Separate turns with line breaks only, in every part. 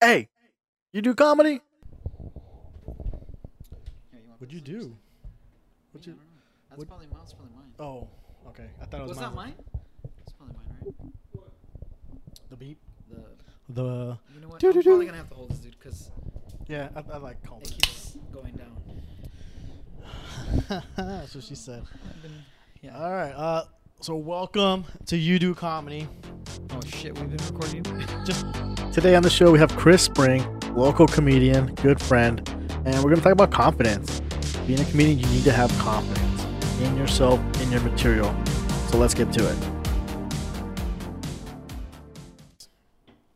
Hey, you do comedy?
Here, you want
What'd you
this or
do?
something?
What'd
Me,
you?
I don't know. That's
what-
probably mine. That's probably mine.
Oh, okay. I thought it was,
was that
mine.
mine? It's probably mine, right?
The beep.
The
The
you know what? I'm
Doo-doo-doo.
probably gonna have to hold this dude because
yeah. I, I like
it
calling.
keeps going down.
That's what she said.
I've been- yeah.
All right. Uh, so welcome to You Do Comedy.
oh shit, we've been recording.
Just
Today on the show, we have Chris Spring, local comedian, good friend, and we're going to talk about confidence. Being a comedian, you need to have confidence in yourself, in your material. So let's get to it.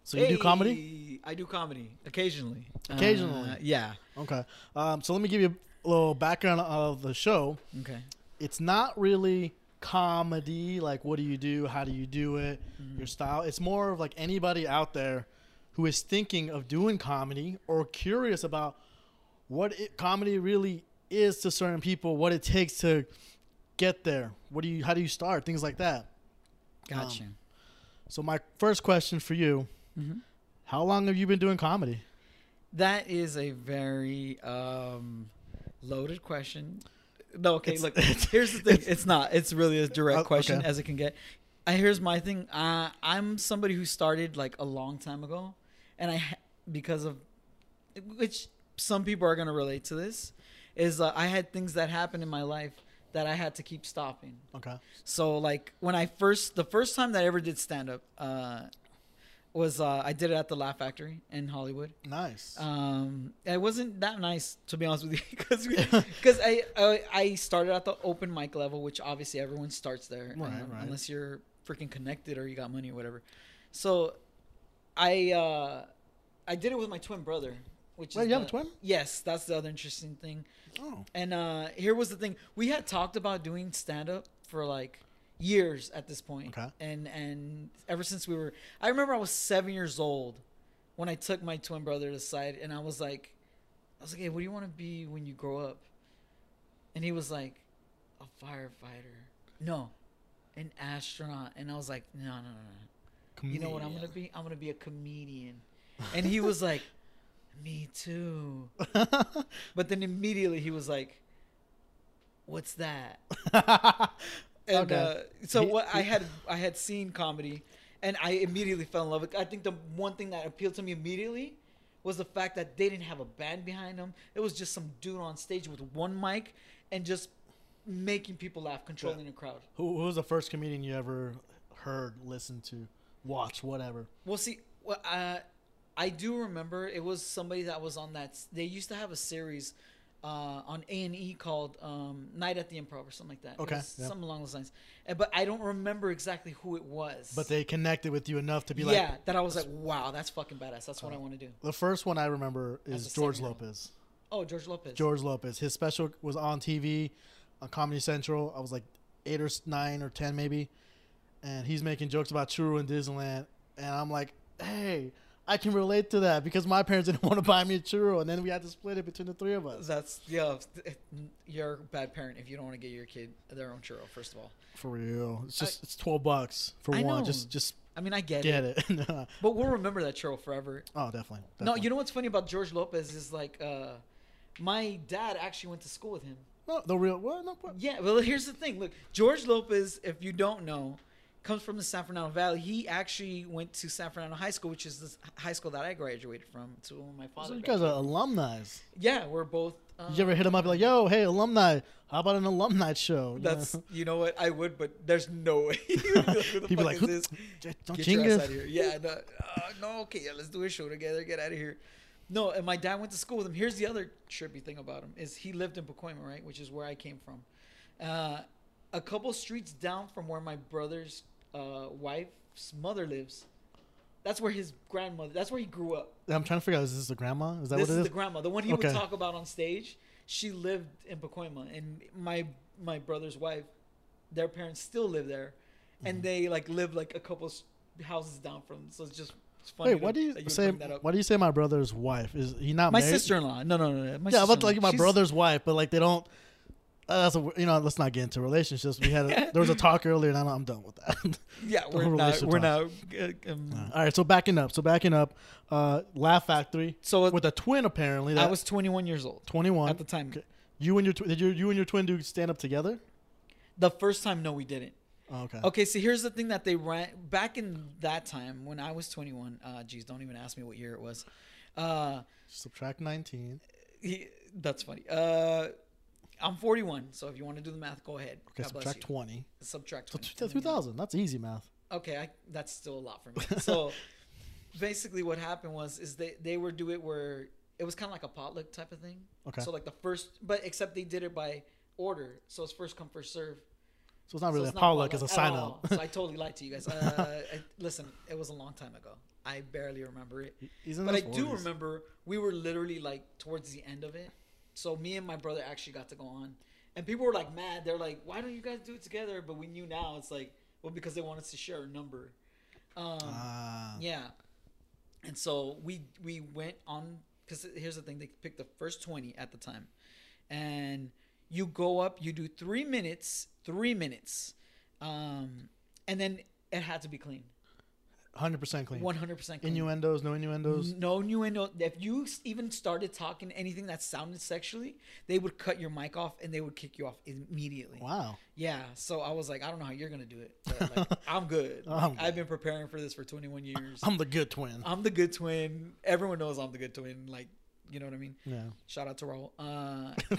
so you do comedy
Hey, I do comedy occasionally.
Occasionally.
Uh, yeah.
okay um, so let me give you a little background of the show
Uh, Okay.
it's not really comedy like what do you do how do you do it
Mm-hmm.
your style it's more of like anybody out there who is thinking of doing comedy or curious about what it, comedy really is to certain people what it takes to get there what do you how do you start things like that
Gotcha.
Um, so my first question for you
Mhm.
how long have you been doing comedy
That is a very um, loaded question. No, okay,
It's-
look.
it's-
here's the thing. It's not. It's really as direct
Oh,
question
okay.
as it can get. Uh, here's my thing. Uh, I'm somebody who started like a long time ago, and I ha- because of which some people are gonna relate to this is uh, I had things that happened in my life that I had to keep stopping.
okay
So like when I first the first time that I ever did stand up uh, was uh, I did it at the Laugh Factory in Hollywood.
nice
Um, it wasn't that nice to be honest with you, because because I, I I started at the open mic level, which obviously everyone starts there,
Right,
um,
right.
unless you're freaking connected or you got money or whatever. So, I uh, I did it with my twin brother. Which
Wait,
is
you have a
the-
twin?
Yes, that's the other interesting thing.
oh
And uh, here was the thing: we had talked about doing stand up for like years at this point,
Okay.
and and ever since we were, I remember I was seven years old when I took my twin brother aside, and I was like, I was like, hey, what do you want to be when you grow up? And he was like, a firefighter. No, an astronaut. And I was like, no, no, no, no you know what I'm gonna be? I'm gonna be a comedian. And he was like, Me too. but then immediately he was like, What's that? And
okay.
uh, so
He-
what I
he-
had I had seen comedy and I immediately fell in love with I think the one thing that appealed to me immediately was the fact that they didn't have a band behind them. It was just some dude on stage with one mic and just making people laugh, controlling the crowd.
Who, who was the first comedian you ever heard, listened to, watched, whatever?
Well, see, well, uh, I do remember it was somebody that was on that. They used to have a series uh, on A and E called um, Night at the Improv or something like that. It
Okay,
was
yeah.
something along those lines. Uh, But I don't remember exactly who it was.
But they connected with you enough to be
yeah,
like, Oh.
that I was like, wow, that's fucking badass. That's what I want to do.
the first one I remember
As
is
a
George
seven-year-old.
Lopez.
Oh, George Lopez.
George Lopez. His special was on TV, on Comedy Central. I was like eight or s- nine or ten maybe, and he's making jokes about Churu and Disneyland, and I'm like, hey. I can relate to that because my parents didn't want to buy me a churro, and then we had to split it between the three of us.
That's yeah. You're a bad parent if you don't want to get your kid their own churro. First of all,
For real, it's
I-
just it's twelve bucks for
I
one.
know.
Just just
I mean, I get, it,
get it. Nah.
but we'll remember that churro forever.
oh, definitely,
No,
definitely.
you know what's funny about George Lopez is like, uh, my dad actually went to school with him.
No, the real what? No, what?
Yeah, well, here's the thing. Look, George Lopez, if you don't know, comes from the San Fernando Valley. He actually went to San Fernando High School, which is the s- high school that I graduated from. To where my
So
father.
you guys
graduated.
are alumni.
yeah, we're both. Uh,
You ever hit them up like, "Yo, hey, alumni, how about an alumni show?" You
That's
know?
you know what I would, but there's no way. You'd be like, Who the
People
fuck
like,
is
"Who-
this?
j- don't
get your ass
jingle."
out of here. Yeah, no, uh, no, okay, yeah, let's do a show together. Get out of here. No, and my dad went to school with him. Here's the other trippy thing about him is he lived in Pacoima, right, which is where I came from. Uh, a couple streets down from where my brother's uh, wife's mother lives. That's where his grandmother. That's where he grew up.
I'm trying to figure out is this the grandma? Is that
This
what
is
it
the
is?
grandma, the one he
Okay.
would talk about on stage. She lived in Pacoima, and my my brother's wife, their parents still live there,
Mm-hmm.
and they like live like a couple s- houses down from. So it's just it's funny.
Wait, why do
to-
you
that would
say?
bring that up.
Why do you say my brother's wife? Is he not
my
married?
sister in law? No, no, no, no. My
Yeah, I'm about to
sister-in-law.
like my
She's-
brother's wife, but like they don't. uh, that's a, you know let's not get into relationships. We had a, there was a talk earlier, and I'm, I'm done with that.
Yeah,
The
we're
whole
not.
relationship
We're not. uh, um,
All right, so backing up, so backing up, uh, Laugh Factory.
So it-
with uh, a twin apparently.
I
That
was 21 years old
21
at the time.
Okay. You and your tw- did you you and your twin do stand up together?
The first time, no, we didn't.
Oh, okay.
Okay, so here's the thing that they ran back in that time when I was 21. Uh, geez, don't even ask me what year it was. Uh,
Subtract 19.
he, that's funny. Uh, I'm 41, so if you want to do the math, go ahead.
Okay,
God bless
subtract
you.
20.
Subtract
So
20.
two- 2000. That's easy math.
okay I, that's still a lot for me so basically what happened was is they they were do it where it was kind of like a potluck type of thing
Okay.
so like the first but except they did it by order so it's first come first serve
So it's not really
so
a potluck,
potluck
it's a
at
sign
all.
up.
so i totally lied to you guys uh, I, listen it was a long time ago i barely remember it
He's in
but i
his
do
40s.
remember we were literally like towards the end of it so me and my brother actually got to go on and people were like mad they're like why don't you guys do it together but we knew now it's like well because they want us to share a number um,
Ah,
yeah. And so we we went on because here's the thing: they picked the first twenty at the time, and you go up, you do three minutes, three minutes, um, and then it had to be clean,
100% clean.
one hundred percent clean.
Innuendos, no innuendos.
No new innuendo. If you s- even started talking anything that sounded sexually, they would cut your mic off and they would kick you off immediately.
Wow.
Yeah, so I was like, I don't know how you're gonna do it. But like, I'm good.
I'm
Like, I've been preparing for this for 21 years.
I'm the good twin.
I'm the good twin. Everyone knows I'm the good twin. Like, you know what I mean?
yeah.
Shout out to Raul. Uh,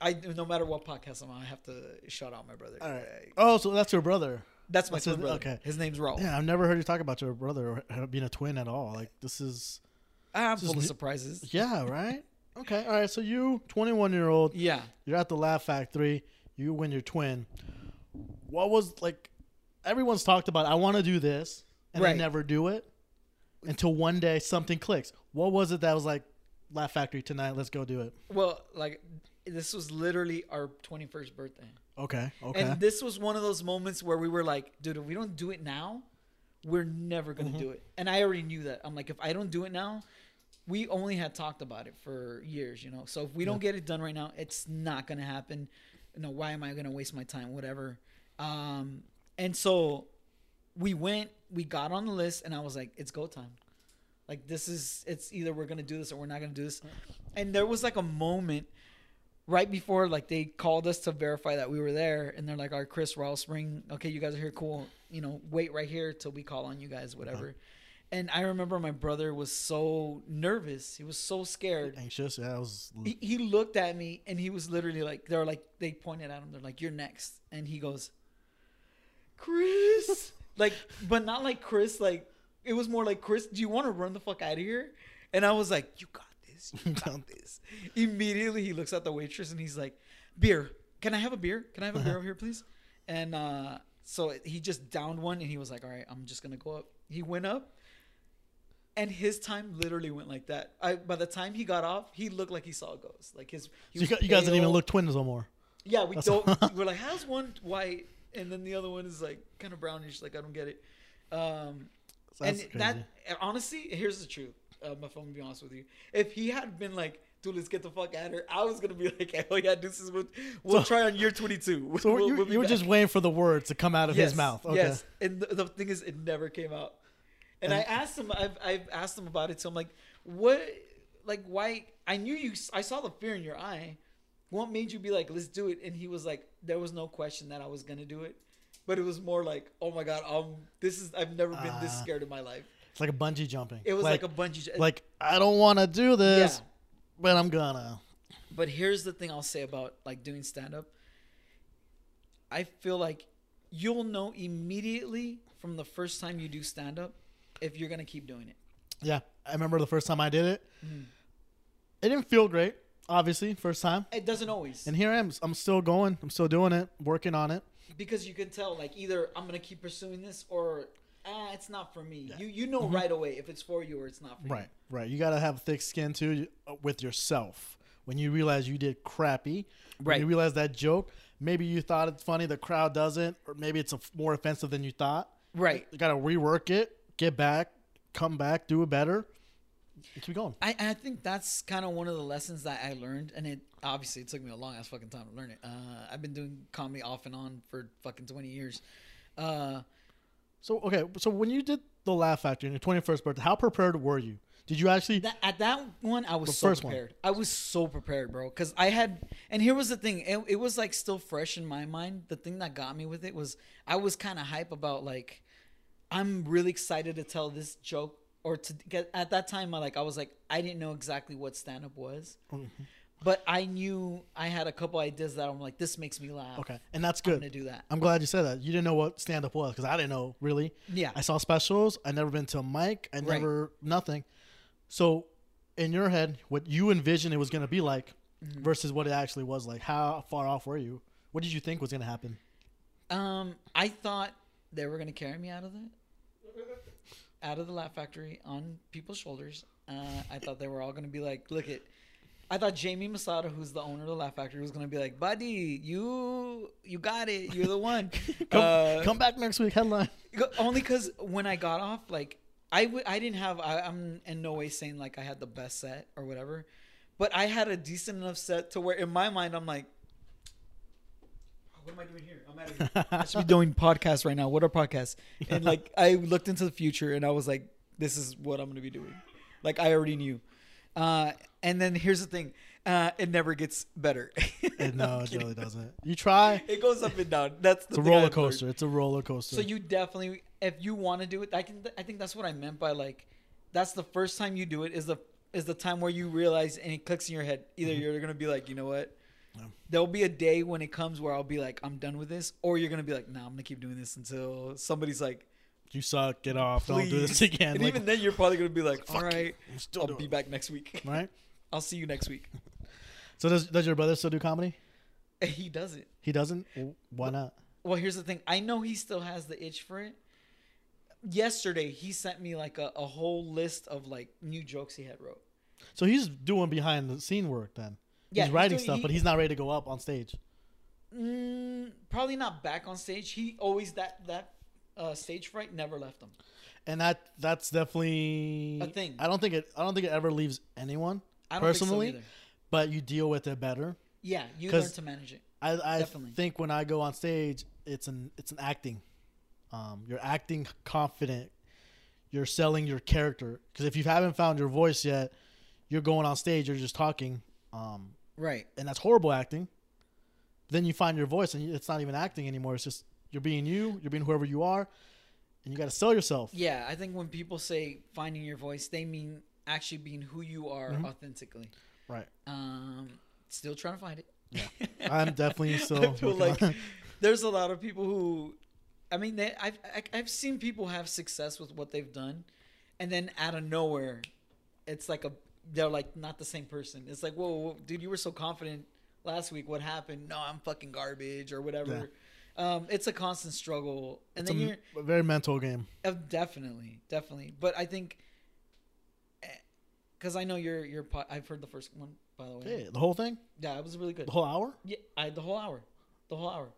I no matter what podcast I'm on, I have to shout out my brother. Uh,
All right. Oh, so that's your brother.
That's my
That's his-
twin brother.
okay.
His name's Raul.
Yeah, I've never heard you talk about your brother or being a twin at all. Like, this is.
I'm
is
full of
new-
surprises.
Yeah, right? okay. All right. So you, 21 year old,
Yeah.
You're at the Laugh Factory. You win your twin. What was like? Everyone's talked about. I want to do this, and
Right.
they never do it until one day something clicks. What was it that was like? Laugh Factory tonight. Let's go do it.
Well, like this was literally our 21st birthday.
Okay. Okay.
And this was one of those moments where we were like, dude, if we don't do it now, we're never going to do it. And I already knew that. I'm like, if I don't do it now, we only had talked about it for years, you know? So if we don't get it done right now, it's not going to happen. You know, why am I going to waste my time? Whatever. Um, and so we went, we got on the list, and I was like, it's go time. Like, this is, it's either we're going to do this or we're not going to do this. And there was like a moment right before like they called us to verify that we were there and they're like all right chris Raul spring okay you guys are here cool you know wait right here till we call on you guys whatever and i remember my brother was so nervous he was so scared
Anxious. Yeah. I was.
he, he looked at me and he was literally like they're like they pointed at him they're like you're next and he goes chris like but not like chris like it was more like chris do you want to run the fuck out of here and i was like you got this you got this immediately he looks at the waitress and he's like beer can i have a beer can i have a beer over here please and uh so he just downed one and he was like all right i'm just gonna go up he went up and his time literally went like that. I by the time he got off, he looked like he saw a ghost. Like his, he
You,
was
gu- you guys didn't even
pale.
look twins no more.
Yeah, we
That's-
don't. we're like, how's one white and then the other one is like kind of brownish? Like I don't get it. Um,
So That's
and
crazy.
that honestly, here's the truth. Uh, my phone, be honest with you. If he had been like, dude, let's get the fuck out of here, I was gonna be like, oh yeah, deuces, we'll, we'll
So-
try on year 22.
so
We'll-
you,
we'll be
you were
back."
just waiting for the words to come out of his mouth. Okay.
Yes. And the, the thing is, it never came out. And, I
And-
asked him, I've, I've asked him about it. So I'm like, what, like, why? I knew you, I saw the fear in your eye. What made you be like, let's do it? And he was like, there was no question that I was going to do it. But it was more like, oh my God, um, this is, I've never been this
Ah.
scared in my life.
It's like a bungee jumping.
It was like, a bungee. j-
like I don't want to do this,
Yeah.
but I'm gonna.
But here's the thing I'll say about like doing stand up. I feel like you'll know immediately from the first time you do stand up if you're going to keep doing it.
Yeah, I remember the first time I did it. It didn't feel great, obviously, first time.
It doesn't always.
And here I am. I'm still going. I'm still doing it, working on it.
because you can tell like either I'm going to keep pursuing this or ah, it's not for me. You you know right away if it's for you or it's not for
Mm-hmm. Right, right. You got to have thick skin too you- uh, with yourself. When you realize you did crappy, when you
Right.
realize that joke, maybe you thought it's funny, the crowd doesn't, or maybe it's a, f- more offensive than you thought.
you. Right.
You got to rework it, get back, come back, do it better. keep going.
I, I think that's kind of one of the lessons that I learned, and it obviously it took me a long ass fucking time to learn it. Uh, I've been doing comedy off and on for fucking twenty years. Uh,
So okay, so when you did the Laugh Factory on your 21st birthday, how prepared were you? Did you actually?
that, at that one, I was
The
so
first one.
prepared. I was so prepared, bro, because I had. And here was the thing: it, it was like still fresh in my mind. The thing that got me with it was I was kind of hype about like, I'm really excited to tell this joke or to get at that time. I like I was like I didn't know exactly what stand up was.
Mm-hmm.
But I knew I had a couple ideas that I'm like, this makes me laugh.
okay, and that's
I'm
good.
gonna do that.
I'm glad you said that. You didn't know what stand up was because I didn't know really.
Yeah.
I saw specials. I never been to a mic. I
Right.
never nothing. So in your head, what you envisioned it was gonna be like
Mm-hmm.
versus what it actually was like. How far off were you? What did you think was gonna happen?
Um, I thought they were gonna carry me out of the out of the Laugh Factory on people's shoulders. Uh, I thought they were all gonna be like, "Look it." I thought Jamie Masada, who's the owner of the Laugh Factory, was gonna be like, "Buddy, you you got it. You're the one."
Come,
Uh,
come back next week. Headline.
Go- Only because when I got off, like I w- I didn't have I, I'm in no way saying like I had the best set or whatever, but I had a decent enough set to where in my mind I'm like, what am I doing here? I'm out of here. I should be doing podcasts right now. What are podcasts? And like I looked into the future and I was like, this is what I'm gonna be doing. Like I already knew. Uh, and then here's the thing, uh, it never gets better.
Eh, no, it really doesn't. You try.
It goes up and down. That's the
It's a
thing I've
roller
learned.
coaster. It's a roller coaster.
So you definitely, if you want to do it, I can. I think that's what I meant by like, that's the first time you do it is the is the time where you realize and it clicks in your head. Either
Mm-hmm.
you're gonna be like, you know what, there'll be a day when it comes where I'll be like, I'm done with this, or you're gonna be like, nah, I'm gonna keep doing this until somebody's like,
you suck. Get off.
please.
Don't do this again.
And
Like,
even then, you're probably gonna be like, all right,
I'm still
I'll
doing
be
it."
back next week.
right.
I'll see you next week.
So does does your brother still do comedy?
he doesn't.
He doesn't. Why not?
well here's the thing i know he still has the itch for it yesterday he sent me like a, a whole list of like new jokes he had wrote
So he's doing behind the scene work then.
Yeah,
he's
he's
writing
doing-
stuff,
he-
but he's not ready to go up on stage.
mm, probably not back on stage he always that that uh, stage fright never left him
And that that's definitely
A thing.
I don't think it I don't think it ever leaves anyone
I don't think so
personally,
either.
but you deal with it better.
yeah you
'Cause-
learn to manage it
I, I
Definitely.
think when I go on stage, it's an it's an acting. Um, you're acting confident. You're selling your character because if you haven't found your voice yet, you're going on stage. You're just talking, um,
right
and that's horrible acting. Then you find your voice, and it's not even acting anymore. It's just you're being you. You're being whoever you are, and you got to sell yourself.
yeah i think when people say finding your voice they mean actually being who you are
Mm-hmm.
authentically
Right.
um still trying to find it
I'm definitely
I
still.
feel like
working on-
there's a lot of people who, I mean, they, I've I, I've seen people have success with what they've done, and then out of nowhere, it's like a they're like not the same person. It's like, whoa, whoa, dude, you were so confident last week. What happened? No, I'm fucking garbage or whatever. Um, it's a constant struggle, and
it's
then
a
you're
m- very mental game.
uh, definitely, definitely. But I think, because I know your your po- I've heard the first one by the way.
Hey, the whole thing,
Yeah, it was really good.
the whole hour.
Yeah, I the whole hour, the whole hour.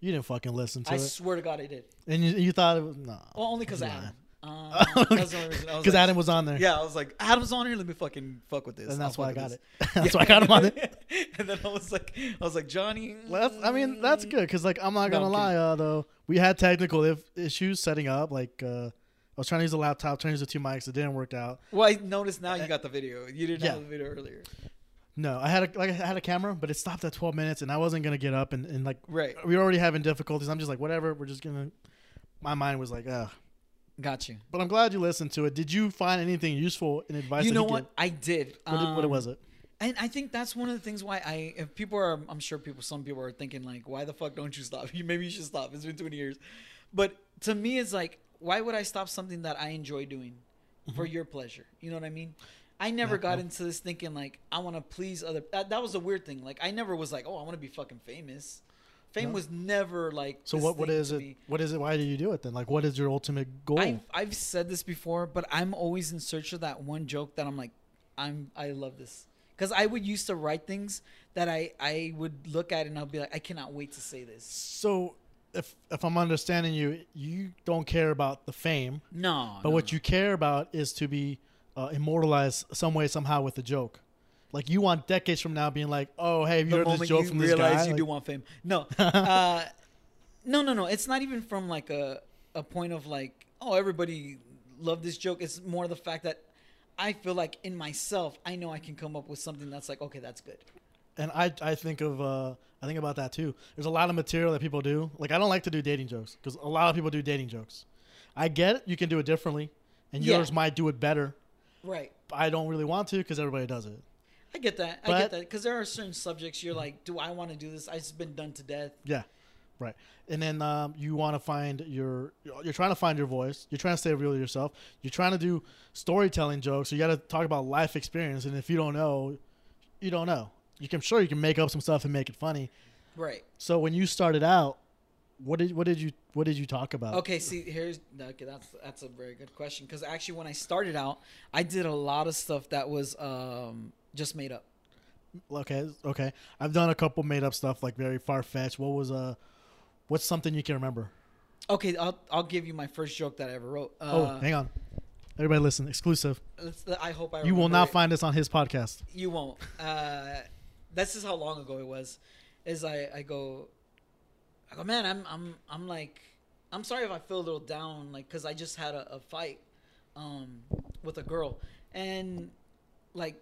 You didn't fucking listen to
I
it,
swear to God, I did.
and you, you thought it was no.
Well, only because
He's
Adam. Um, that's the only
Because
reason. I was like,
Adam was on there.
Yeah, I was like, Adam's on here. Let me fucking fuck with this.
and
I'll
that's why I
fuck
got
with
it. that's why I got him on it.
this. and then I was like, I was like, Johnny.
Well, that's, I mean, that's good because like I'm not
No,
gonna
I'm
lie uh, though, we had technical if, issues setting up. Like uh, I was trying to use a laptop, trying to use the two mics, it didn't work out.
Well, I noticed now you got the video. You didn't
uh, Yeah.
have the video earlier,
No, I had a, like I had a camera, but it stopped at 12 minutes, and I wasn't gonna get up and, and like
right?
we were already having difficulties. I'm just like whatever, we're just gonna. My mind was like, ugh.
Got you.
But I'm glad you listened to it. Did you find anything useful in advice?
You
that
know
he
what?
gave?
I did.
What, did- what
Um,
was it?
And I think that's one of the things why I, if people are, I'm sure people, some people are thinking like, why the fuck don't you stop? You maybe you should stop. It's been 20 years, but to me, it's like, why would I stop something that I enjoy doing for
Mm-hmm.
your pleasure? You know what I mean? I never got into this thinking like I want to please other. That, that was a weird thing. Like I never was like, oh, I want to be fucking famous. Fame was never like.
So
this
what? What
thing
is
to
it?
me.
What is it? Why do you do it then? Like, what is your ultimate goal?
I've, I've said this before, but I'm always in search of that one joke that I'm like, I'm I love this because I would used to write things that I I would look at and I'll be like, I cannot wait to say this.
so, if if I'm understanding you, you don't care about the fame.
No,
But
no,
what
no.
you care about is to be uh, immortalized some way somehow with a joke. Like you want decades from now being like, oh hey, have you
the
heard this
moment
joke
you
from this
realize
guy?
you
Like,
do want fame. No, uh, no, no, no. It's not even from like a a point of like, oh, everybody loved this joke. It's more the fact that I feel like in myself, I know I can come up with something that's like, okay, that's good.
and I, I think of uh, I think about that too. There's a lot of material that people do. Like I don't like to do dating jokes because a lot of people do dating jokes. I get it, you can do it differently, and
Yeah.
yours might do it better.
Right.
But I don't really want to because everybody does it.
I get that. I
But-
get that because there are certain subjects you're like, do I want to do this? I've just been done to death.
Yeah, right. And then um, you want to find your you're trying to find your voice. You're trying to stay real to yourself. You're trying to do storytelling jokes. So you got to talk about life experience. And if you don't know, you don't know. You can sure you can make up some stuff and make it funny.
Right.
So when you started out, what did what did you what did you talk about?
Okay, see, here's okay, that's that's a very good question because actually, when I started out, I did a lot of stuff that was um, just made up.
okay, okay. I've done a couple made up stuff like very far fetched. What was uh, what's something you can remember?
Okay, I'll I'll give you my first joke that I ever wrote. Uh,
oh, hang on, everybody listen, exclusive.
let's, I hope I
You will
remember
not
it.
find this on his podcast.
you won't. Uh, this is how long ago it was. Is I I go, I go, man, I'm I'm I'm like, I'm sorry if I feel a little down, like, cause I just had a, a fight, um, with a girl, and like,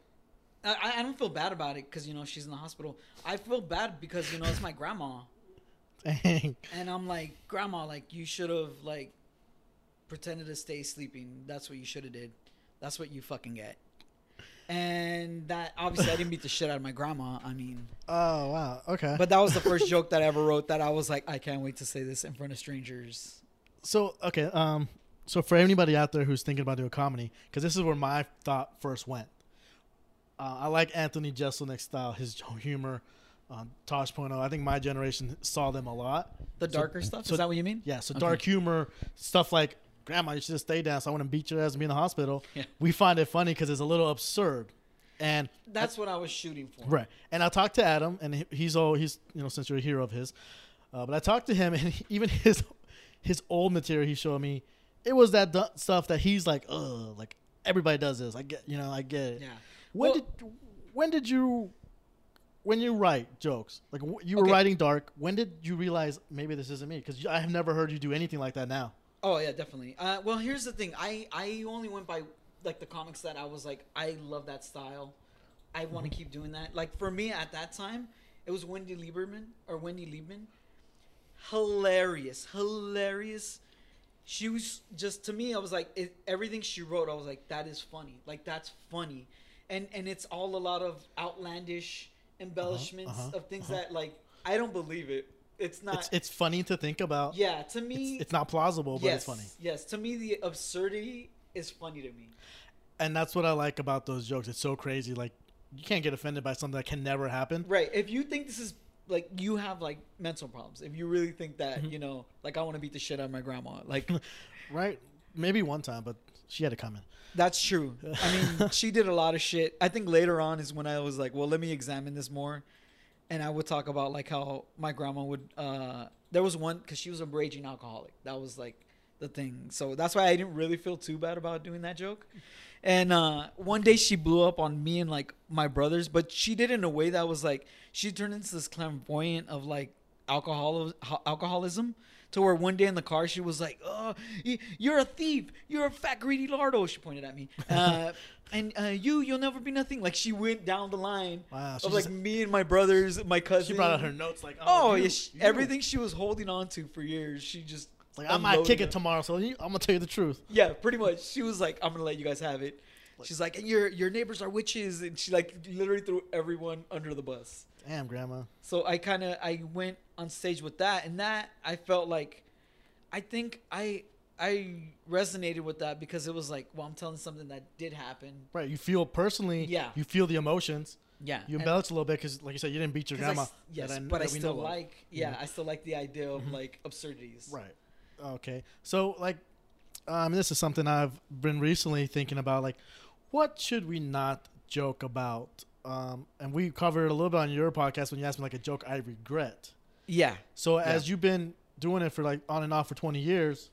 I- I I don't feel bad about it, cause you know she's in the hospital. I feel bad because you know it's my grandma,
Dang.
and I'm like, grandma, like you should have like, pretended to stay sleeping. That's what you should have did. That's what you fucking get. And that obviously I didn't beat the shit out of my grandma. I mean,
Oh wow. Okay.
but that was the first joke that I ever wrote that I was like, I can't wait to say this in front of strangers.
so okay. Um. So for anybody out there who's thinking about doing comedy, because this is where my thought first went. Uh, I like Anthony Jeselnik's style, his humor, um, Tosh.0. I think my generation saw them a lot.
The darker stuff. is that what you mean?
Yeah, so
Okay.
dark humor stuff like grandma, you should just stay down. So I want to beat your ass and be in the hospital.
Yeah.
We find it funny because it's a little absurd, and
That's what I was shooting for.
right. And I talked to Adam, and he- he's all he's you know since you're a hero of his, uh, but I talked to him, and he- even his his old material he showed me, it was that du- stuff that he's like, ugh, like everybody does this. I get you know I get it.
Yeah.
When
Well-
did when did you when you write jokes like wh- you were
Okay.
writing dark? When did you realize maybe this isn't me? Because I have never heard you do anything like that now.
Oh yeah, definitely. Uh, well, here's the thing. I I only went by like the comics that I was like, I love that style. I want to
Mm-hmm.
keep doing that. Like for me at that time, it was Wendy Lieberman or Wendy Liebman. Hilarious, hilarious. She was just to me. I was like, it, everything she wrote, I was like, that is funny. Like that's funny, and and it's all a lot of outlandish embellishments
uh-huh,
of things that like I don't believe it. It's not.
It's it's funny to think about.
Uh, yeah, to me,
It's, it's not plausible, but
yes,
it's funny.
Yes, to me the absurdity is funny to me.
And that's what I like about those jokes. It's so crazy. Like you can't get offended by something that can never happen.
Right. If you think this is like you have like mental problems, if you really think that,
Mm-hmm.
you know, like I want to beat the shit out of my grandma, like
Right? Maybe one time, but she had it coming.
that's true. I mean, she did a lot of shit. I think later on is when I was like, well, let me examine this more. And I would talk about like how my grandma would uh there was one cuz she was a raging alcoholic. That was like the thing. So that's why I didn't really feel too bad about doing that joke. And uh, one day she blew up on me and like my brothers, but she did it in a way that was like she turned into this flamboyant of like alcohol ho- alcoholism to where one day in the car she was like, "Oh, y- you're a thief! You're a fat greedy lardo!" She pointed at me, uh, and uh, you, you'll never be nothing. Like she went down the line
Wow, she
of like
just-
me and my brothers, my cousin.
She brought out her notes like, oh,
Oh,
you-
yeah, she-
you.
everything she was holding on to for years, she just
Like I might kick
unloaded
it tomorrow, so you, I'm gonna tell you the truth.
yeah, pretty much. She was like, "I'm gonna let you guys have it." She's like, "And your your neighbors are witches," and she like literally threw everyone under the bus.
Damn, grandma.
So I kind of I went on stage with that, and that I felt like, I think I I resonated with that because it was like, well, I'm telling something that did happen.
Right. You feel personally.
Yeah.
You feel the emotions.
Yeah,
You
and-
embellish a little bit because, like you said, you didn't beat your
'cause I s-
grandma.
yes,
that
but I
that we
still
know of. Mm-hmm.
like yeah, I still like the idea of like absurdities.
Right. Okay. So like, um, this is something I've been recently thinking about. Like, what should we not joke about? Um, and we covered a little bit on your podcast when you asked me like a joke I regret.
Yeah.
So as you've been doing it for like on and off for 20 years,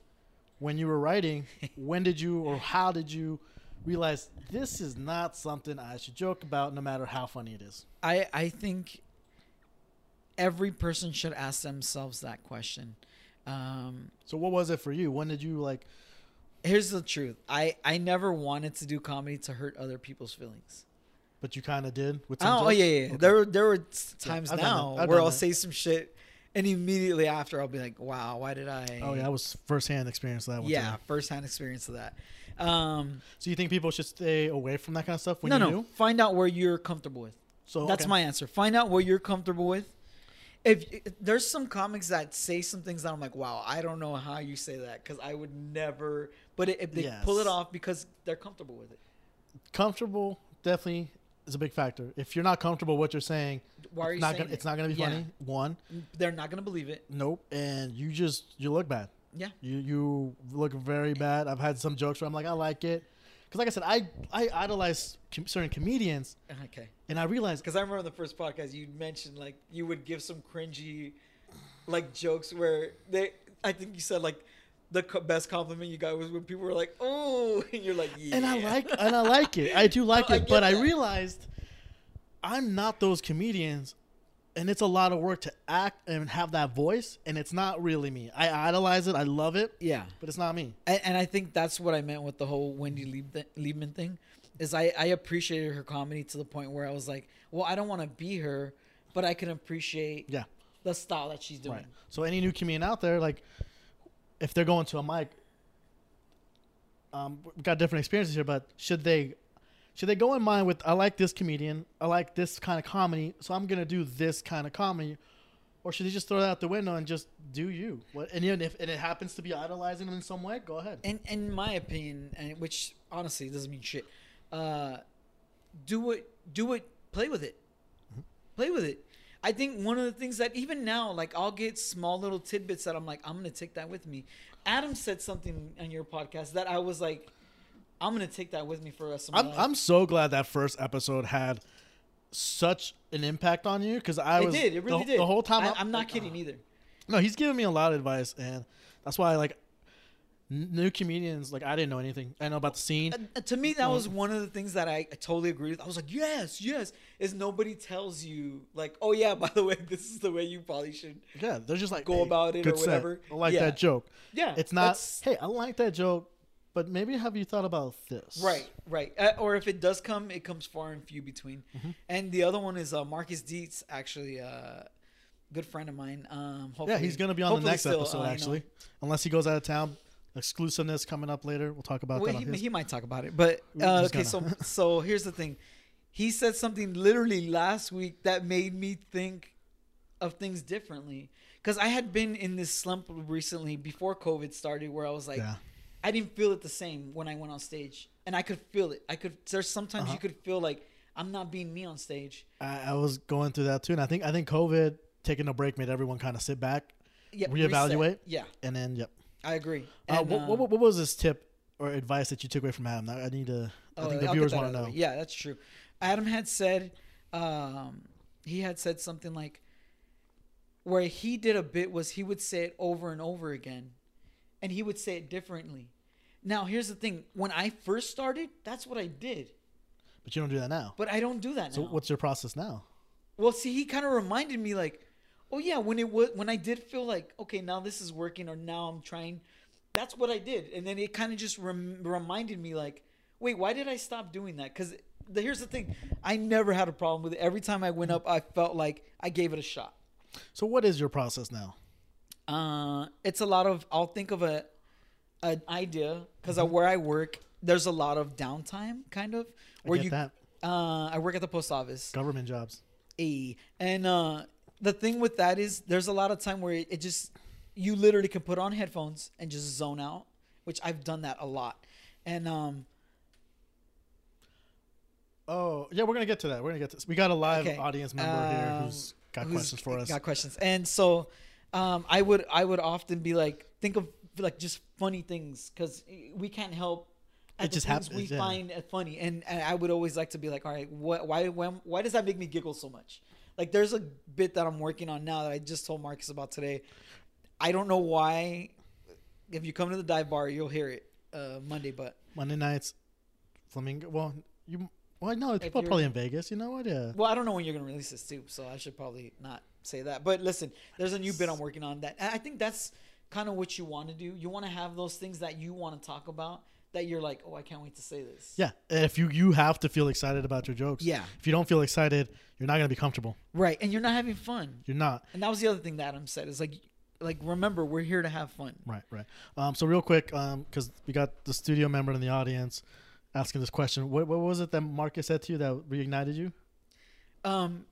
when you were writing, when did you or how did you realized this is not something I should joke about, no matter how funny it is.
I I think every person should ask themselves that question. Um,
So, what was it for you? When did you like?
here's the truth. I I never wanted to do comedy to hurt other people's feelings.
But you kind of did with some
Oh, oh
jokes?
yeah, yeah.
Okay.
There were there were s- times
I've done
now
that. I've
where
done
I'll
that.
say some shit, and immediately after I'll be like, "Wow, why did I?"
Oh yeah, that was firsthand experience that one.
yeah.
too.
Firsthand experience of that. Um,
So you think people should stay away from that kind of stuff when
no,
you
no.
do?
Find out where you're comfortable with.
So
That's
okay.
my answer. Find out what you're comfortable with. If there's some comics that say some things that I'm like, wow, I don't know how you say that because I would never. But if they pull
Yes.
it off because they're comfortable with it,
comfortable definitely is a big factor. If you're not comfortable with what you're saying,
why are
it's
you
not
saying
gonna,
it?
it's not going to be
Yeah.
funny. One,
They're not gonna believe it.
nope, and you just you look bad.
Yeah.
You you look very bad. I've had some jokes where I'm like, I like it, because like I said, I I idolize com- certain comedians,
Okay.
and I realized
Because I remember the first podcast you mentioned like you would give some cringy, like jokes where they. I think you said like the co- best compliment you got was when people were like, "Oh," and you're like, yeah.
and I like and I like it. I do like
No, I
it,
get
but I
that.
realized I'm not those comedians, and it's a lot of work to act and have that voice, and it's not really me. I idolize it, I love it,
yeah.
but it's not me.
and, and I think that's what I meant with the whole Wendy Lieb Liebman thing, is I, I appreciated her comedy to the point where I was like, well, I don't want to be her, but I can appreciate
Yeah,
the style that she's doing.
right. So any new comedian out there, like if they're going to a mic, um, we've got different experiences here, but should they? Should they go in mind with I like this comedian, I like this kind of comedy, so I'm gonna do this kind of comedy, or should they just throw that out the window and just do you? What and even if and it happens to be idolizing them in some way, go ahead.
In in my opinion, and which honestly doesn't mean shit, uh, do what do it, play with it,
Mm-hmm.
play with it. I think one of the things that even now, like I'll get small little tidbits that I'm like, I'm gonna take that with me. Adam said something on your podcast that I was like, I'm gonna take that with me for the rest of my
I'm
life.
I'm so glad that first episode had such an impact on you because I
it
was
did. It really
the,
did.
the whole time. Uh,
I,
up-
I'm not
like,
kidding either.
No, he's giving me a lot of advice, and that's why like n- new comedians like I didn't know anything. I know about the scene.
And- and to me, that was one of the things that I, I totally agree with. I was like, yes, yes. Is nobody tells you like, oh yeah, by the way, this is the way you probably should.
Yeah, they're just like
Go
"Hey,
about it or
good set.
whatever."
I like
Yeah.
that joke.
Yeah,
it's not.
that's-
Hey, I like that joke, but maybe have you thought about this?
Right, right. Uh, or if it does come, it comes far and few between.
Mm-hmm.
And the other one is uh, Marcus Dietz, actually, uh, good friend of mine. Um, hopefully,
Yeah, he's gonna be on the
hopefully
next
still,
episode
uh, you know,
actually, unless he goes out of town. Exclusiveness coming up later. We'll talk about
Well,
that. on
he,
his.
he might talk about it, but uh,
he's
okay. So,
gonna.
so here's the thing. He said something literally last week that made me think of things differently because I had been in this slump recently before COVID started, where I was like,
Yeah.
I didn't feel it the same when I went on stage, and I could feel it. I could. There's sometimes
Uh-huh.
you could feel like I'm not being me on stage.
I, I was going through that too, and I think I think COVID taking a break made everyone kind of sit back,
Yeah, reset.
reevaluate,
Yeah,
and then yep.
I agree.
Uh,
And,
what,
uh,
what, what was this tip or advice that you took away from Adam? I I need to. I
Oh,
think the
I'll get
viewers
that
want to
out of
know.
the way. Yeah, that's true. Adam had said, um, he had said something like, where he did a bit was he would say it over and over again, and he would say it differently. Now, here's the thing: when I first started, that's what I did,
But you don't do that now.
but I don't do that
So
now.
what's your process now?
Well, see, he kind of reminded me like, oh yeah, when it was when I did feel like okay, now this is working or now I'm trying. That's what I did, and then it kind of just rem- reminded me like, wait, why did I stop doing that? Because the, here's the thing, I never had a problem with it. Every time I went up, I felt like I gave it a shot.
So what is your process now?
Uh, it's a lot of I'll think of a an idea because
Mm-hmm.
of where I work. There's a lot of downtime, kind of where
get
you.
that.
Uh, I work at the post office.
Government jobs.
A and uh, the thing with that is there's a lot of time where it, it just you literally can put on headphones and just zone out, which I've done that a lot. And um,
Oh yeah, we're gonna get to that. We're gonna get to. We got a live
Okay.
audience member here who's
Um,
got
who's
questions for us.
Got questions. And so um, I would I would often be like think of like just funny things because we can't help. at
It
the
just
things We
happens, yeah.
find uh, funny, and, and I would always like to be like, all right, what, why, when, why does that make me giggle so much? Like, there's a bit that I'm working on now that I just told Marcus about today. I don't know why. If you come to the dive bar, you'll hear it uh, Monday, but
Monday nights, flamingo. Well, you. Well, no, it's
If
prob-
you're-
probably in Vegas. You know what? Yeah.
Well, I don't know when you're gonna release this too, so I should probably not say that. But listen, there's a new bit I'm working on that I I think that's kind of what you want to do. You want to have those things that you want to talk about that you're like, oh, I can't wait to say this.
Yeah. And If you you have to feel excited about your jokes.
Yeah.
If you don't feel excited, you're not gonna be comfortable.
Right, and you're not having fun.
You're not.
And that was the other thing that Adam said is like, like remember we're here to have fun.
Right. Right. Um. So real quick, um, because we got the studio member in the audience asking this question. What What was it that Marcus said to you that reignited you?
Um,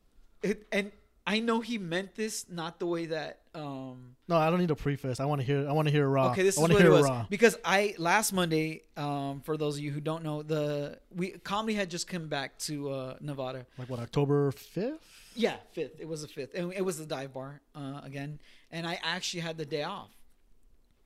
it, and I know he meant this not the way that um.
No, I don't need a preface. I want to hear. I want to hear it raw.
Okay, this
Ah, I
is
want
what
to hear
it was
raw.
because I last Monday, um, for those of you who don't know, the we comedy had just come back to uh, Nevada.
Like what? October fifth.
Yeah, fifth. It was a fifth, and it was the dive bar uh, again. And I actually had the day off.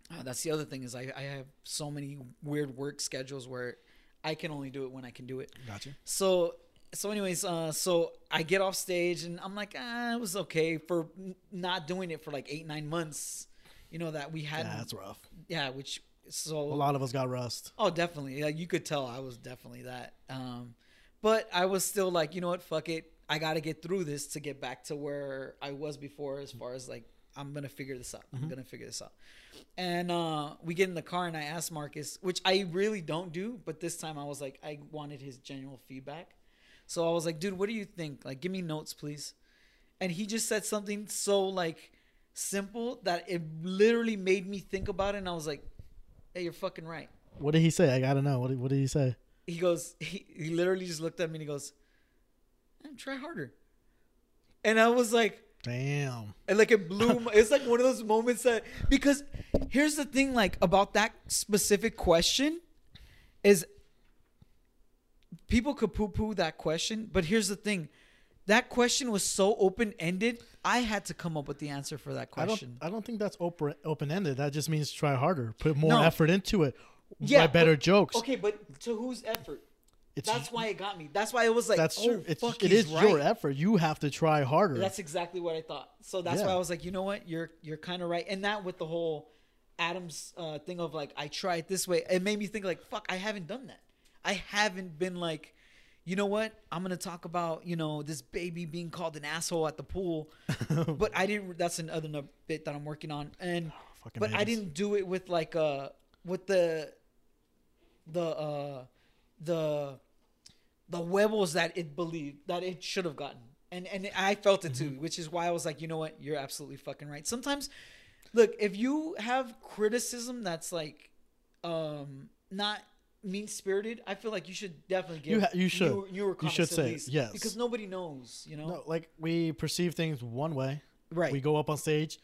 Uh, that's the other thing is I, I have so many weird work schedules where I can only do it when I can do it.
Gotcha.
So so anyways, uh, so I get off stage and I'm like, ah, it was okay for n- not doing it for like eight nine months. You know that we had
Yeah, that's rough.
yeah, which so
A lot of us got rust.
Oh, definitely. Like you could tell I was definitely that. Um, but I was still like, you know what? Fuck it. I got to get through this to get back to where I was before as far as like I'm going to figure this out. I'm going to figure this out. And uh, we get in the car and I asked Marcus, which I really don't do, but this time I was like I wanted his genuine feedback. So I was like, dude, what do you think? Like give me notes, please. And he just said something so like simple that it literally made me think about it and I was like, hey, you're fucking right
What did he say? I gotta know. What did, what did he say?
he goes, he, he literally just looked at me and he goes, "Man, try harder. And I was like,
Damn.
and like it blew. My, it's like one of those moments that because here's the thing, like about that specific question, is people could poo-poo that question, but here's the thing, that question was so open-ended. I had to come up with the answer for that
I don't.
question.
I don't think that's open open ended. That just means try harder, put more
No.
effort into it,
Yeah,
write better
but-
jokes.
Okay, but to whose effort?
It's,
That's why it got me. That's why it was like,
that's
oh,
true. It's,
fuck,
it
he's
is
right.
your effort. You have to try harder.
That's exactly what I thought. So that's
Yeah.
why I was like, you know what, you're you're kind of right. And that with the whole Adams uh, thing of like, I tried this way, it made me think like, fuck, I haven't done that. I haven't been like, you know what, I'm gonna talk about you know this baby being called an asshole at the pool, but I didn't. That's another nu- bit that I'm working on, and
Ah, Fucking
but I
babies.
didn't do it with like uh with the the uh the the huevos that it believed that it should have gotten. And and I felt it
Mm-hmm.
too, which is why I was like, you know what, you're absolutely fucking right. Sometimes look, if you have criticism that's like um not mean spirited, I feel like you should definitely give
You ha- you should.
newer- newer
You should
comics at
say,
least,
yes.
Because nobody knows, you know?
No, like we perceive things one way.
Right.
We go up on stage,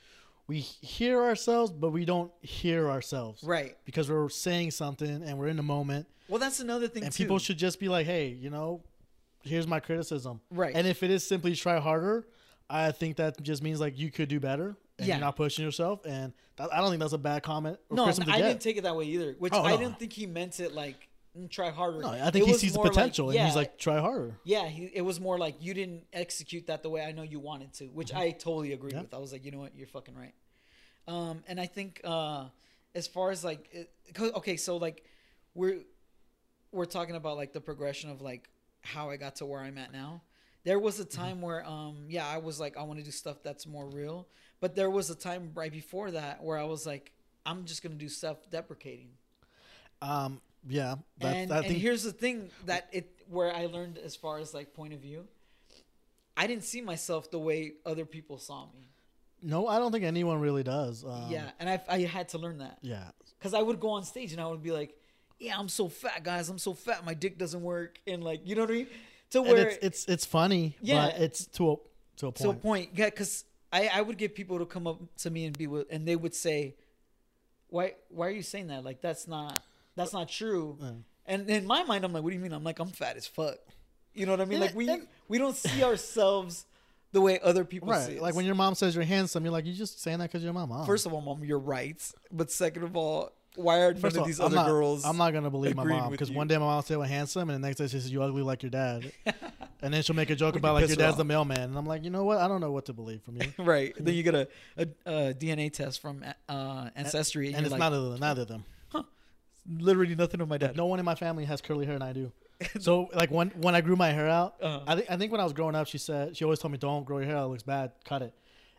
we hear ourselves, but we don't hear ourselves.
Right.
Because we're saying something and we're in the moment.
Well that's another thing
and
too.
people should just be like, "Hey, you know, here's my criticism."
Right.
And if it is simply try harder, I think that just means like you could do better, and
Yeah.
you're not pushing yourself. And that, I don't think that's a bad comment. Or
no,
criticism
and
to
I
get.
didn't take it that way either. Which
Oh,
I
no.
didn't think he meant it like "Mm, try harder.
No, I think
It
he
was
sees the
more like,
potential, and he's
yeah,
like, "Try harder."
Yeah, he, it was more like you didn't execute that the way I know you wanted to, which I totally agree
Yeah.
with. I was like, you know what, you're fucking right. Um, and I think uh, as far as like, it, 'cause- okay, so like we're we're talking about like the progression of like how I got to where I'm at now. There was a time where, um, yeah, I was like, I want to do stuff that's more real. But there was a time right before that where I was like, I'm just gonna do self-deprecating
Um, yeah, that,
and,
I
and
think
here's the thing that it where I learned as far as like point of view, I didn't see myself the way other people saw me.
no, I don't think anyone really does. Um,
yeah, and I, I had to learn that
yeah.
because I would go on stage and I would be like, "Yeah, I'm so fat, guys. I'm so fat. My dick doesn't work." And like, you know what I mean? To
And
where
it's it's it's funny,
Yeah.
but it's to a to a point.
to a point, yeah, because I I would get people to come up to me and be with, and they would say, "Why why are you saying that? Like that's not that's not true." And in my mind, I'm like, "What do you mean?" I'm like, "I'm fat as fuck." You know what I mean?
And
Like
it-
we
and-
we don't see ourselves the way other people see.
Right,
us.
like when your mom says you're handsome, you're like you're just saying that because you're my mom.
first of all, mom, you're right, but second of all, why are none
First
of
all,
these
I'm
other
not,
girls?
I'm not gonna believe my
agreed
mom
with
because
you?
one day my mom will say I'm handsome, and the next day she says you ugly like your dad, and then she'll make a joke
When you
about like
piss
your
her
dad's the
off.
mailman, and I'm like, you know what? I don't know what to believe from you,
Right, then you get a, a, a DNA test from uh, ancestry, and,
and
you're
it's
like,
neither of them. Neither of them.
literally nothing of my dad.
No one in my family has curly hair, and I do. So like when when I grew my hair out,
Uh-huh.
I think I think when I was growing up, she said she always told me, "Don't grow your hair; out, it looks bad. Cut it."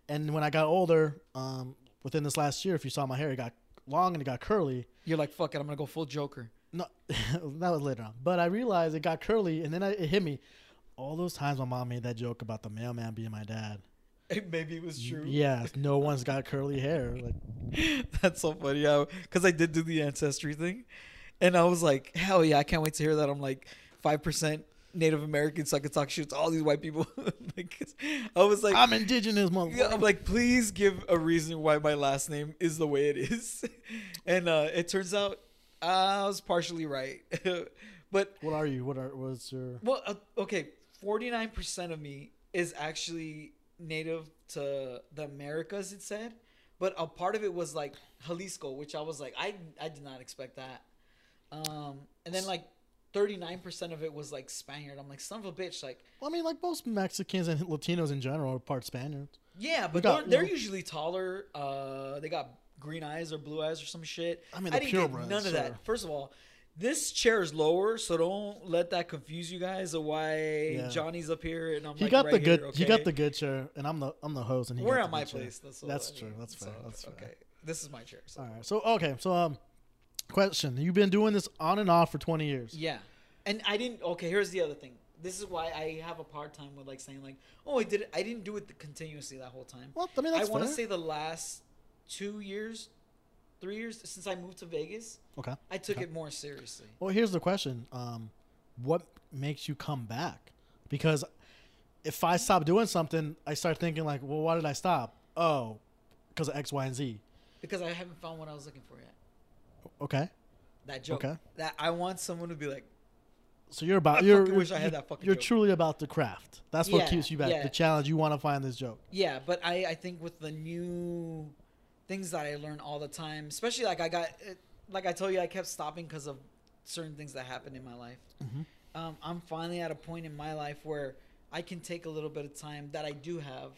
And when I got older, um, within this last year, if you saw my hair, it got long and it got curly.
You're like, fuck it, I'm gonna go full Joker.
No, that was later on. But I realized it got curly, and then I, it hit me. All those times my mom made that joke about the mailman being my dad.
Maybe it was true.
Yeah, no one's got curly hair. Like,
That's so funny. Because I did do the ancestry thing. And I was like, hell yeah, I can't wait to hear that. I'm like 5% Native American, so I could talk shit to all these white people. like, 'cause I was like,
I'm indigenous, motherfucker.
yeah, I'm like, please give a reason why my last name is the way it is. and uh, it turns out I was partially right. but
What are you? What are? What's your?
Well, uh, okay, forty nine percent of me is actually native to the Americas. It said, but a part of it was like Jalisco, which I was like, I I did not expect that. Um, and then like thirty nine percent of it was like Spaniard. I'm like, son of a bitch, like.
Well, I mean, like most Mexicans and Latinos in general are part Spaniards.
Yeah, but
got
they're, they're
little-
usually taller. Uh, they got green eyes or blue eyes or some shit.
I mean,
I
the
didn't get
purebreds
none of
are-
that. First of all, this chair is lower, so don't let that confuse you guys of why
Yeah.
Johnny's up here and I'm.
He
like,
got
right
the good.
Here,
He got
okay?
the good chair, and I'm the I'm the host. And he
We're
got
at
the
my
good chair.
place. That's, all
That's
I
true.
mean,
That's fair.
so,
That's fair.
Okay, this is my chair. So.
All right. So okay. So um, question. You've been doing this on and off for 20 years.
Yeah, and I didn't. Okay, here's the other thing. This is why I have a hard time with like saying like, oh, I did. it. I didn't do it continuously that whole time.
Well, I mean,
I
that's
want to
fair.
say the last two years, three years since I moved to Vegas,
okay.
I took
Okay.
it more seriously.
Well, here's the question. Um, what makes you come back? Because if I stop doing something, I start thinking like, well, why did I stop? Oh, because of X, Y, and Z.
because I haven't found what I was looking for yet.
Okay.
That joke.
Okay.
That I want someone to be like,
So you're about.
I
you're,
fucking wish I
you're-
had that fucking
You're
joke.
truly about the craft. That's what
Yeah,
keeps you back.
yeah.
The challenge. You want to find this joke.
yeah. But I, I think with the new things that I learn all the time, especially like I got, it, like I told you, I kept stopping because of certain things that happened in my life.
Mm-hmm.
Um, I'm finally at a point in my life where I can take a little bit of time that I do have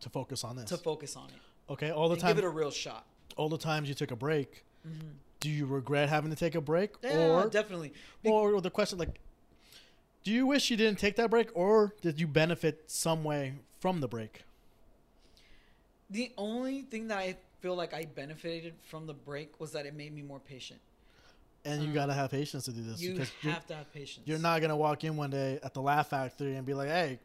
To focus on this.
to focus on it
okay. All the
and give
time.
it a real shot.
all the times you took a break. Do you regret having to take a break,
Mm-hmm. Yeah,
or
definitely. Be-
or the question like, do you wish you didn't take that break, or did you benefit some way from the break?
The only thing that I feel like I benefited from the break was that it made me more patient.
And you gotta have patience to do this
Mm. You
because you're,
have to have patience.
you're not gonna walk in one day at the Laugh Factory and be like, hey,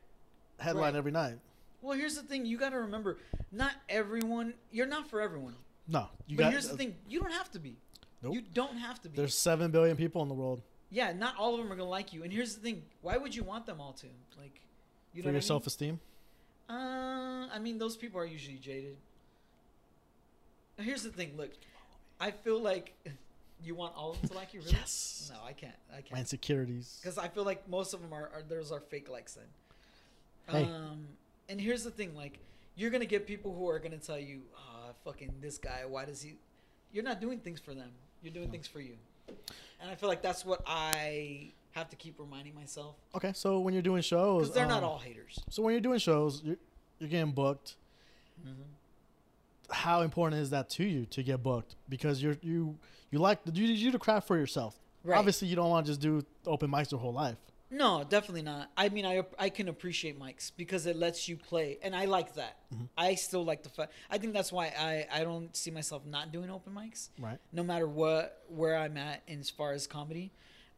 headline
Right.
every night.
Well, here's the thing. You got to remember, not everyone. You're not for everyone.
No, you
but
got.
here's the thing. You don't have to be.
Nope.
You don't have to be.
There's seven billion people in the world.
yeah, not all of them are gonna like you. And here's the thing. Why would you want them all to? Like, you know.
for
what
your self esteem.
I mean? Uh, I mean, those people are usually jaded. Now, here's the thing. Look, I feel like you want all of them to like you. Really?
Yes.
No, I can't. I
My
can't.
insecurities.
because I feel like most of them are, are those are fake likes then.
Hey.
Um, and here's the thing: like you're gonna get people who are gonna tell you, "Ah, fucking this guy. Why does he?" You're not doing things for them. You're doing things for you. And I feel like that's what I have to keep reminding myself
Okay, so when you're doing shows,
because they're not
um,
all haters.
So when you're doing shows, you're, you're getting booked. mm-hmm. How important is that to you to get booked? Because you're you you like you you the craft for yourself.
Right.
Obviously, you don't want to just do open mics your whole life.
No, definitely not. I mean, I I can appreciate mics because it lets you play, and I like that.
Mm-hmm.
I still like the fact. I think that's why I I don't see myself not doing open mics.
Right.
no matter what where I'm at in as far as comedy,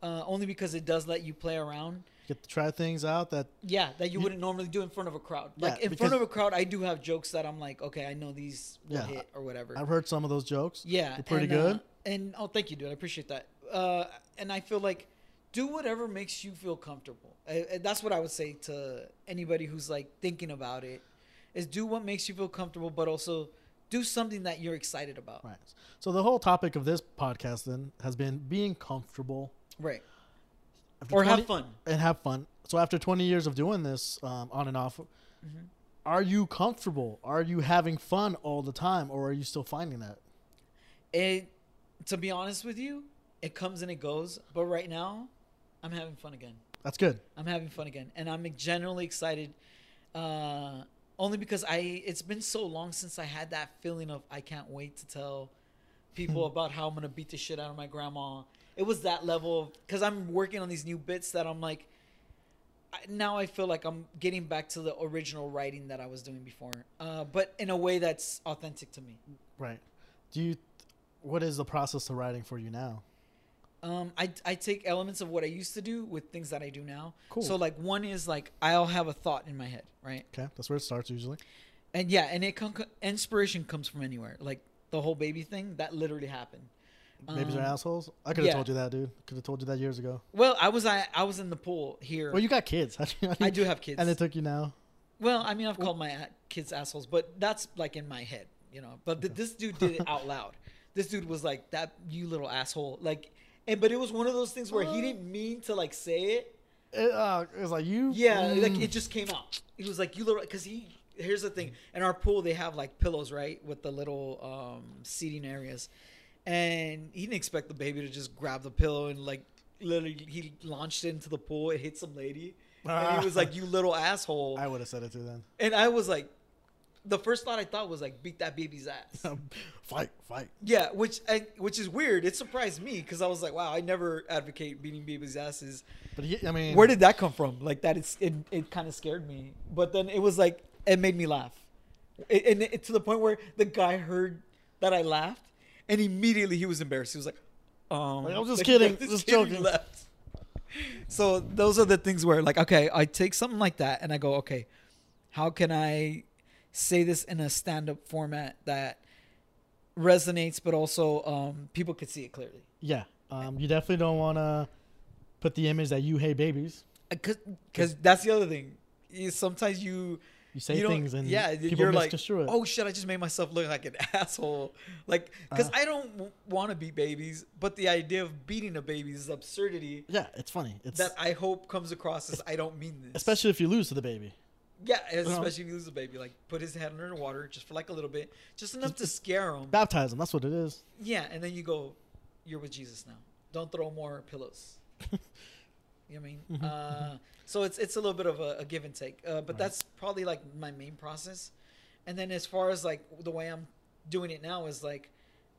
uh, only because it does let you play around.
Get to try things out that
Yeah, that you,
You-
wouldn't normally do in front of a crowd.
Yeah,
Like in
because-
front of a crowd, I do have jokes that I'm like, okay, I know these will
Yeah,
hit or whatever.
I've heard some of those jokes.
yeah,
they're pretty
and, uh,
good.
and oh, thank you, dude. I appreciate that. Uh, and I feel like do whatever makes you feel comfortable. Uh, uh, that's what I would say to anybody who's like thinking about it: is do what makes you feel comfortable, but also do something that you're excited about.
right. So the whole topic of this podcast then has been being comfortable
right.
After
Or have
20
fun.
and have fun. So after 20 years of doing this um, on and off,
Mm-hmm.
are you comfortable? Are you having fun all the time, or are you still finding that?
It, to be honest with you, it comes and it goes. But right now, I'm having fun again.
That's good.
I'm having fun again, and I'm generally excited, uh, only because I. It's been so long since I had that feeling of I can't wait to tell people about how I'm gonna beat the shit out of my grandma. It was that level because I'm working on these new bits that I'm like. I- Now I feel like I'm getting back to the original writing that I was doing before, uh, but in a way that's authentic to me.
Right. Do you? What is the process of writing for you now?
Um, I, I take elements of what I used to do with things that I do now.
Cool.
So like one is like I'll have a thought in my head, right?
Okay, that's where it starts usually.
And yeah, and it con- inspiration comes from anywhere. Like the whole baby thing that literally happened.
Maybe they're
Um,
assholes. I could have
yeah.
told you that, dude. Could have told you that years ago.
Well, I was I, I was in the pool here.
Well, you got kids.
I do have kids.
And it took you now.
well, I mean I've called my a- kids assholes, but that's like in my head, you know. But th- this dude did it out loud. This dude was like that you little asshole, like. And but it was one of those things where he didn't mean to like say it.
It, uh, it was like you.
Yeah, like
Mm.
it just came out. He was like, "You little," because he. Here's the thing: in our pool, they have like pillows, right, with the little um, seating areas, and he didn't expect the baby to just grab the pillow and like literally he launched it into the pool. It hit some lady, and he was like, "You little asshole,"
I would have said it to them.
and I was like, the first thought I thought was like, "Beat that baby's ass."
Um, fight, fight.
Yeah, which I, which is weird. It surprised me because I was like, "Wow, I never advocate beating babies' asses."
But he, I mean,
Where did that come from? Like that, it's it, it kind of scared me. But then it was like it made me laugh, it, and it, to the point where the guy heard that I laughed, and immediately he was embarrassed. He was like, "Um,
Like, I was just kidding,
this
just
kid who
joking.
left. So those are the things where like okay, I take something like that and I go, okay, how can I say this in a stand-up format that resonates, but also um, people could see it clearly.
Yeah, um, you definitely don't want to put the image that you hate babies.
because that's the other thing. Is sometimes you
You say
you don't-
things and
yeah,
people
you're like,
misconstrue it.
oh shit, I just made myself look like an asshole. Like, because
Uh.
I don't w- want to beat babies, but the idea of beating a baby is absurdity
Yeah, it's funny. It's
that I hope comes across as I don't mean this.
especially Uh-huh. if you lose to the baby.
yeah, especially if you lose a baby. Like, put his head under the water just for like a little bit, just enough to scare him.
Baptize them. That's what it is.
Yeah, and then you go, you're with Jesus now. Don't throw more pillows. you know what I mean? Uh, so it's it's a little bit of a, a give and take, uh, but that's probably like my main process. And then as far as like the way I'm doing it now is like,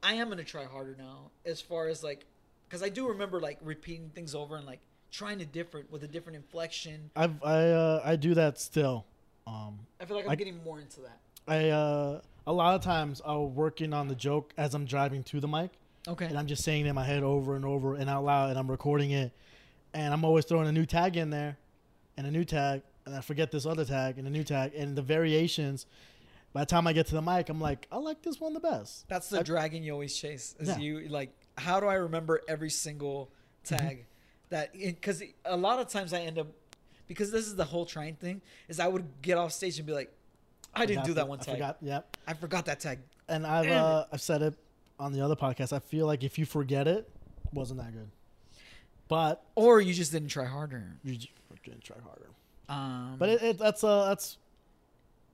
I am gonna try harder now. As far as like, because I do remember like repeating things over and like trying to different with a different inflection.
I've, I uh, I do that still. Um,
I feel like I'm
I-
getting more into that.
I uh, a lot of times I'll working on the joke as I'm driving to the mic,
Okay.
and I'm just saying it in my head over and over and out loud, and I'm recording it, and I'm always throwing a new tag in there, and a new tag, and I forget this other tag and a new tag, and the variations. By the time I get to the mic, I'm like, I like this one the best.
That's the
I-
dragon you always chase. Is
Yeah. Mm-hmm.
you like how do I remember every single tag that because a lot of times I end up because this is the whole trying thing is I would get off stage and be like I didn't
Forgot
do
the-
that one
I
tag.
forgot. Yep.
I forgot that tag.
And I've
Damn it.
uh, I've said it on the other podcast. I feel like if you forget it, wasn't that good. But
Or you just didn't try harder.
you j- fucking try harder.
Um
But it, it that's uh that's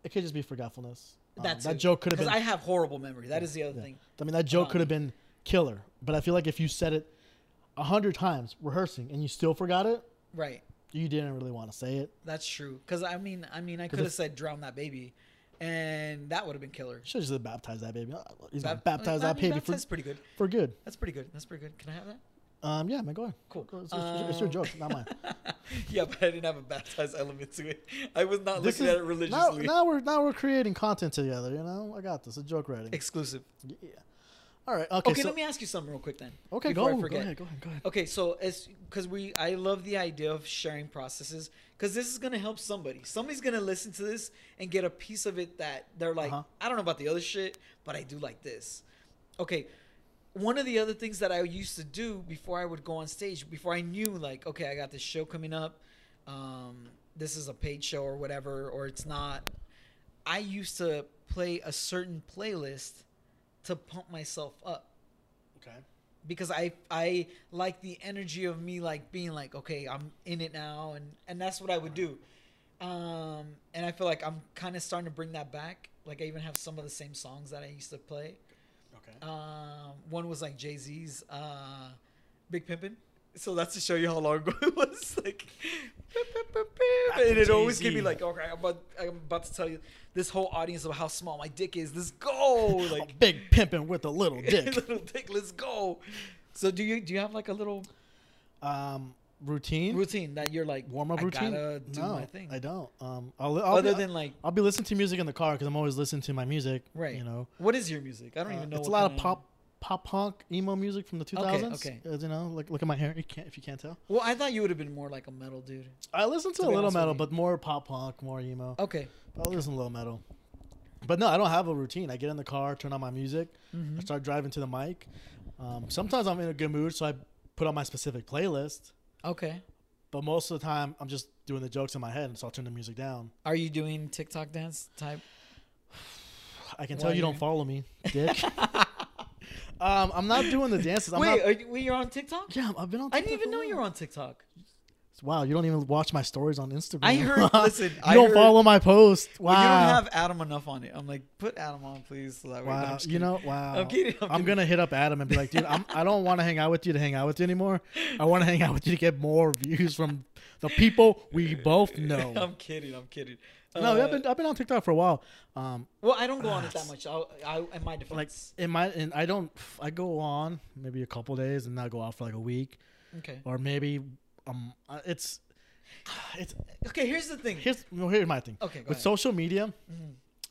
it could just be forgetfulness. Um,
that's
that joke could have been.
because I have horrible memory. That is the other
yeah.
thing.
I mean, that joke
Um,
could have been killer. But I feel like if you said it a hundred times rehearsing and you still forgot it,
Right.
you didn't really want to say it.
That's true. Cause I mean I mean I could
if-
have said drown that baby and that would have been killer.
Should have just baptized that baby. Oh, He's gonna
Bap-
baptize
I
that
mean,
baby for,
Baptized's pretty good.
for good.
That's pretty good. That's pretty good. Can I have that?
Um, yeah, man, go ahead.
Cool.
Go- It's, it's- it's your
Um,
joke, not mine.
yeah, but I didn't have a baptized element to it. I was not
This
looking
is-
at it
now,
religiously.
now we're now we're creating content together. You know, I got this. A joke writing.
Exclusive.
yeah. All right. Okay.
Okay,
so-
let me ask you something real quick then.
okay.
before
Go.
I
Go
forget.
ahead. Go ahead. Go ahead.
Okay, so as because we, I love the idea of sharing processes because this is gonna help somebody. Somebody's gonna listen to this and get a piece of it that they're like,
Uh-huh.
I don't know about the other shit, but I do like this. Okay, one of the other things that I used to do before I would go on stage, before I knew like, okay, I got this show coming up, um, this is a paid show or whatever, or it's not. I used to play a certain playlist to pump myself up
Okay.
because I I like the energy of me like being like okay I'm in it now and and that's what I would do, um and I feel like I'm kind of starting to bring that back. Like I even have some of the same songs that I used to play.
Okay.
Um, one was like Jay Z's uh, Big Pimpin'. So that's to show you how long ago it was. Like, and it always could
Jay-Z.
be like, okay, I'm about, I'm about to tell you this whole audience of how small my dick is. Let's go, like
Big pimping with a little dick.
little dick. Let's go. So do you do you have like a little
um, routine.
routine that you're like
warm up routine.
I gotta do
no,
my thing.
I don't. Um, I'll, li- I'll
Other
be,
than like,
I'll be listening to music in the car because I'm always listening to my music.
right?
You know,
what is your music? I don't
Uh,
even know.
it's a
what
lot of
kinda-
pop, pop punk, emo music from the 2000s.
okay.
Uh, you know, like look at my hair. You can't if you can't tell.
Well, I thought you would have been more like a metal dude.
I listen to,
To
a
be
little
honest with
metal,
you.
but more pop punk, more emo.
Okay.
I listen to little metal. But no, I don't have a routine. I get in the car, turn on my music,
Mm-hmm.
I start driving to the mic. Um, sometimes I'm in a good mood, so I put on my specific playlist.
Okay.
But most of the time, I'm just doing the jokes in my head, and so I'll turn the music down.
Are you doing TikTok dance type?
I can tell
Why
you don't
you-
follow me, dick. um, I'm not doing the dances. I'm
Wait,
not,
are you, wait, you're on TikTok?
yeah, I've been on.
I didn't
TikTok
even
for
know
a
you were
while.
on TikTok.
Wow, you don't even watch my stories on Instagram.
I heard- listen,
you
I
don't
heard-
follow my post. Wow,
Wow. You don't have Adam enough on it. I'm like, put Adam on, please. So that way- no, I'm
Wow,
just
you
kidding.
know, wow.
I'm kidding, I'm kidding.
gonna hit up Adam and be like, dude, I'm, I don't want to hang out with you to hang out with you anymore. I want to hang out with you to get more views from the people we both know.
I'm kidding. I'm kidding.
no,
Uh,
I've been I've been on TikTok for a while. Um,
well, I don't go on it that much. I'll, I, in my
like
defense.
in my and I don't I go on maybe a couple days and not go out for like a week
okay.
or maybe um uh, it's it's
Okay. Here's the thing.
here's well, here's my thing.
Okay, go
with
ahead. Mm-hmm.
social media,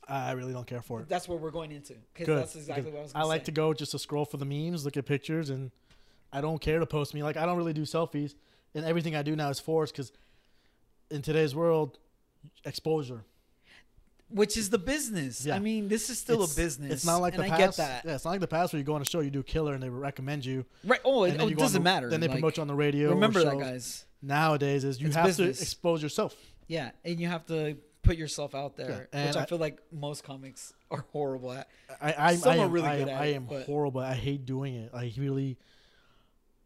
I really don't care for it.
that's what we're going into. Because
Good.
that's exactly
because
what I was. Gonna
like
say.
to go just to scroll for the memes, look at pictures, and I don't care to post me. Like I don't really do selfies, and everything I do now is forced because in today's world, exposure.
which is the business.
Yeah.
I mean, this is still
It's-
a business.
It's not like
and
the
I
past.
get that.
Yeah, it's not like the past where you go on a show, you do killer, and they recommend you.
Right. Oh,
and
it,
then
oh,
you
it
go on
doesn't
the-
matter.
Then they
Like,
promote you on the radio. or
Remember that,
shows.
guys.
Nowadays is you
It's
have
business.
to expose yourself.
Yeah, and you have to put yourself out there,
and
which I,
I-
feel like most comics are horrible at.
I, I,
Some
I
are
am,
really
I
good
am,
at
I
it,
am
but-
horrible. I hate doing it. I really,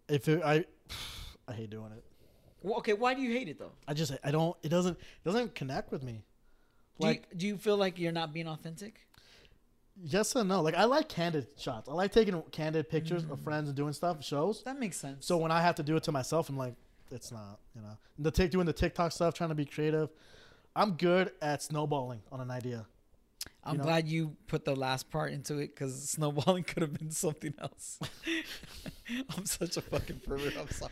if it, I, I hate doing it.
Well, okay, why do you hate it though?
I just I don't it doesn't it doesn't connect with me.
Do,
Like
you, do you feel like you're not being authentic?
yes and no. Like I like candid shots. I like taking candid pictures
Mm.
of friends and doing stuff, shows.
That makes sense.
So when I have to do it to myself, I'm like, it's not, you know. The tick doing the TikTok stuff, trying to be creative. I'm good at snowballing on an idea.
I'm
you know-
glad you put the last part into it because snowballing could have been something else. I'm such a fucking pervert. I'm sorry.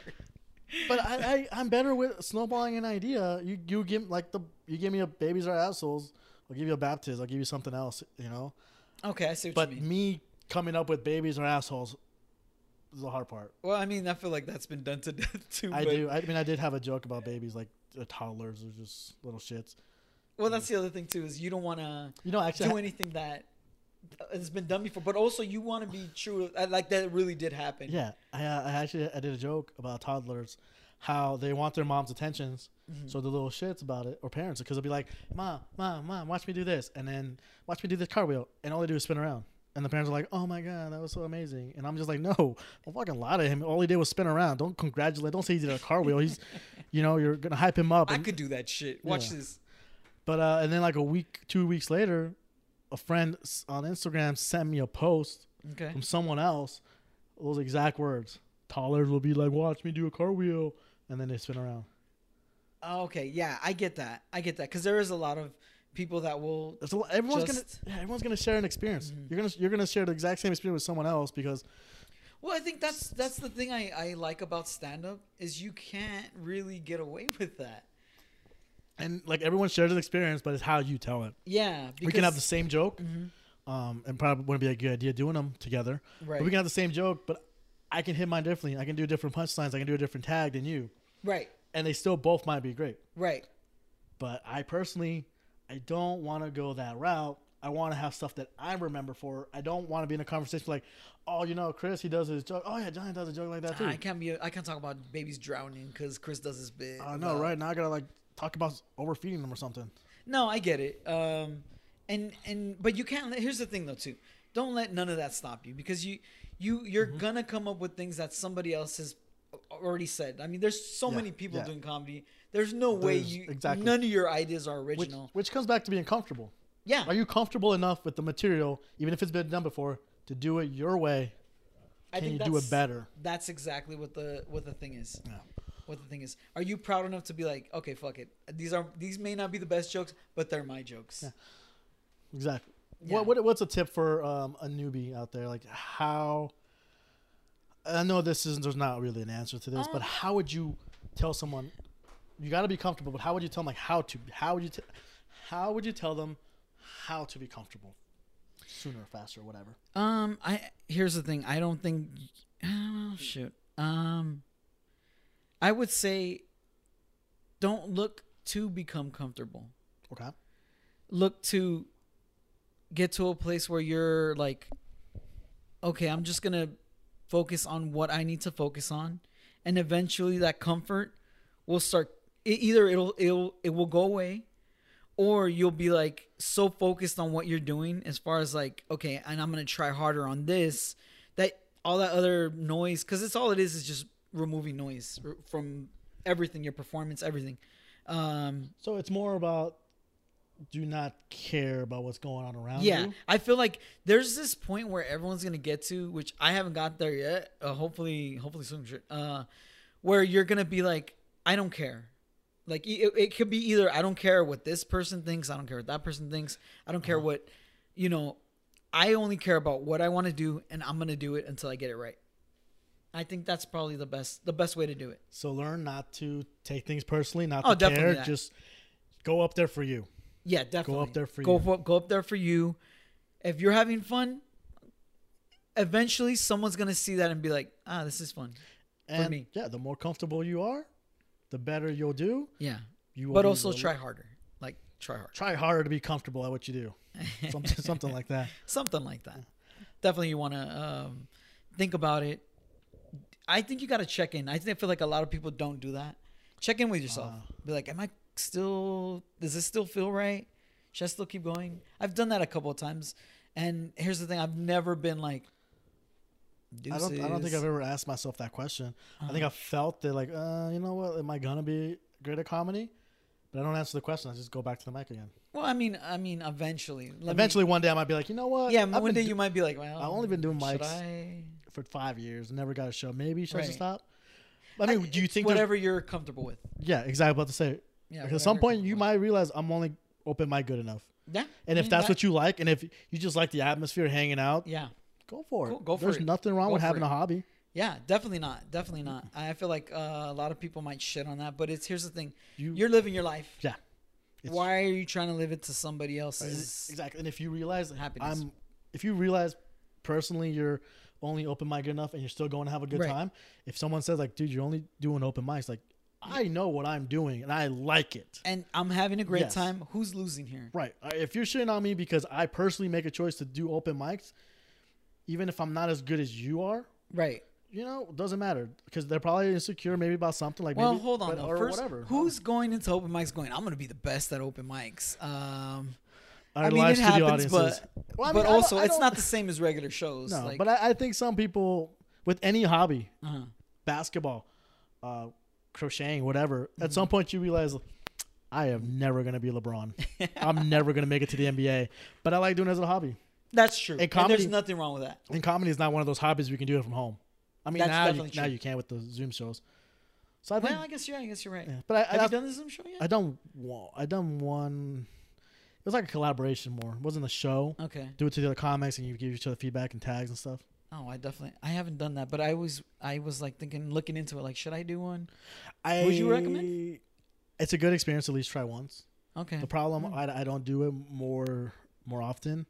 But I, I I'm better with snowballing an idea. You you give like the you give me a babies are assholes. I'll give you a baptism. I'll give you something else, you know.
Okay, I see what
But
you mean.
me coming up with babies are assholes is the hard part.
well, I mean, I feel like that's been done to death too.
I
but-
do. I mean, I did have a joke about babies, like uh, toddlers or just little shits.
Well, that's the other thing too is you don't want to
You know, actually,
do anything that has been done before, but also you want to be true. uh, Like that really did happen.
yeah, I, uh, I actually I did a joke about toddlers, how they want their mom's attentions,
Mm-hmm.
so the little shits about it or parents, because they'll be like, "Mom, mom, mom, watch me do this," and then watch me do this car wheel, and all they do is spin around. And the parents are like, "Oh my god, that was so amazing!" And I'm just like, "No, I fucking lie to him. All he did was spin around. Don't congratulate. Don't say he did a car wheel. He's, you know, you're gonna hype him up."
I
And,
could do that shit. Watch
Yeah.
this.
But uh, and then like a week, two weeks later, a friend s- on Instagram sent me a post
Okay.
from someone else. Those exact words. Toddlers will be like, "Watch me do a car wheel," and then they spin around.
Oh, Okay. Yeah, I get that. I get that because there is a lot of people that will.
There's a lo- everyone's
Just- Mm-hmm.
gonna yeah, everyone's gonna share an experience. You're gonna you're gonna share the exact same experience with someone else because
Well, I think that's that's the thing I I like about stand up is you can't really get away with that.
and like everyone shares an experience, but it's how you tell it.
Yeah. Because, Mm-hmm.
we can have the same joke, um, and probably wouldn't be a good idea doing them together. But
Right.
we can have the same joke, but I can hit mine differently. I can do different punchlines. I can do a different tag than you.
Right.
and they still both might be great.
Right.
But I personally, I don't want to go that route. I want to have stuff that I remember for. I don't want to be in a conversation like, oh, you know, Chris, he does his joke. Oh yeah, Johnny does a joke like that too.
I can't be. I can't talk about babies drowning because Chris does his bit.
I know, right? Now I gotta like talk about overfeeding them or something.
No, I get it. Um, and and but you can't. Let, here's the thing though too. Don't let none of that stop you because you you you're
Mm-hmm.
gonna come up with things that somebody else has already said. I mean, there's so
Yeah,
many people
yeah.
doing comedy. There's no way
There's-
you
exactly.
none of your ideas are
Which,
original.
which comes back to being comfortable.
yeah,
Are you comfortable enough with the material, even if it's been done before, to do it your way?
I
Can you
think
do it
that's-
better?
That's exactly what the what the thing is. what the thing is. Are you proud enough to be like, okay, fuck it. These are these may not be the best jokes, but they're my jokes.
Yeah. Exactly.
Yeah.
What, what what's a tip for um, a newbie out there? Like how? I know this isn't. There's not really an answer to this, but
Um,
how would you tell someone? You got to be comfortable, but how would you tell them like how to? How would you? T- how would you tell them how to be comfortable? Sooner, faster, whatever.
Um, I here's the thing. I don't think. Oh shoot. Um, I would say, don't look to become comfortable.
Okay.
Look to get to a place where you're like, okay, I'm just gonna focus on what I need to focus on, and eventually that comfort will start. It, either it'll it'll it will go away, or you'll be like so focused on what you're doing as far as like okay and i'm gonna try harder on this that all that other noise because it's all it is is just removing noise r- from everything your performance everything um
So it's more about do not care about what's going on around
yeah
you.
i feel like there's this point where everyone's gonna get to which i haven't got there yet uh, hopefully hopefully soon shit, uh where you're gonna be like i don't care like e- it, it could be either i don't care what this person thinks i don't care what that person thinks i don't care what you know i only care about what i want to do and i'm gonna do it until i get it right i think that's probably the best the best way to do it
So learn not to take things personally, not
Oh,
to care.
definitely that.
Just go up there for you.
yeah definitely
there for
go
you.
up, go up there for you if you're having fun eventually someone's gonna see that and be like ah this is fun
And
me.
yeah, the more comfortable you are, the better you'll do.
yeah
You will
but
be
also
rel-
try harder like try hard
try harder to be comfortable at what you do. Something, something like that.
something like that. Definitely, you want to um, think about it. I think you got to check in. I think I feel like a lot of people don't do that. Check in with yourself.
Uh-huh.
Be like, am I still? Does this still feel right? Should I still keep going? I've done that a couple of times, and here's the thing: I've never been like.
I don't, I don't think I've ever asked myself that question. I
Uh-huh.
think I felt that like, uh, you know what, am I gonna be great at comedy? But I don't answer the question. I just go back to the mic again.
Well, I mean, I mean, eventually. Let me-
Eventually, one day I might be like, you know what?
yeah.
I've
one
been
day
do-
you might be like, well,
I've only been doing
should
mics
I?
for five years, never got a show. Maybe should I just
Right.
stop? I mean, do you
It's
think there's-
whatever you're comfortable with?
Yeah, exactly. About to say.
Yeah,
Because at some
whatever.
point you might realize I'm only open mic good enough.
Yeah.
And if
Mm,
that's
that-
what you like, and if you just like the atmosphere hanging out,
Yeah.
go for it.
Cool, go for
There's
it.
nothing wrong
Go
with
for
having
it.
a hobby.
Yeah, definitely not. Definitely not. I feel like uh, a lot of people might shit on that, but it's here's the thing:
You-
you, are living your life.
Yeah. It's-
Why are you trying to live it to somebody else's?
Exactly. And if you realize
Happiness.
I'm, if you realize personally you're only open mic good enough and you're still going to have a good
Right.
time, if someone says like, dude, you're only doing open mics, like, I know what I'm doing and I like it.
And I'm having a great
Yes.
time. Who's losing here?
Right. Uh, If you're shitting on me because I personally make a choice to do open mics, even if I'm not as good as you are,
Right.
you know, it doesn't matter because they're probably insecure maybe about something like
Well,
maybe,
hold on
but-
though.
or
First,
whatever.
who's going into open mics? Going, I'm going to be the best at open mics. Um,
Our
I mean,
live
it
studio
happens,
audiences.
but
Well, I
but
mean, I don't-
also
I
it's
don't-
not the same as regular shows.
no.
like,
but I, I think some people with any hobby,
uh-huh.
basketball, uh, crocheting, whatever,
Mm-hmm.
at some point you realize. I am never gonna be LeBron. I'm never gonna make it to the NBA. But I like doing it as a hobby.
that's true.
And
And
comedy-
there's nothing wrong with that.
And comedy is not one of those hobbies we can do it from home. I mean,
That's
now you,
definitely
now
true.
you can with the Zoom shows. So I think,
Well, I guess yeah, I guess you're right.
yeah. but I,
Have
I,
you done this Zoom show
I
yet?
done one. I done one. It was like a collaboration more. It wasn't a show.
okay.
Do it to the other comics, and you give each other feedback and tags and stuff.
Oh, I definitely I haven't done that, but I was I was like thinking looking into it like should I do one?
I,
Would you recommend?
It's a good experience. to At least try once.
Okay.
The problem
Mm-hmm.
I, I don't do it more more often.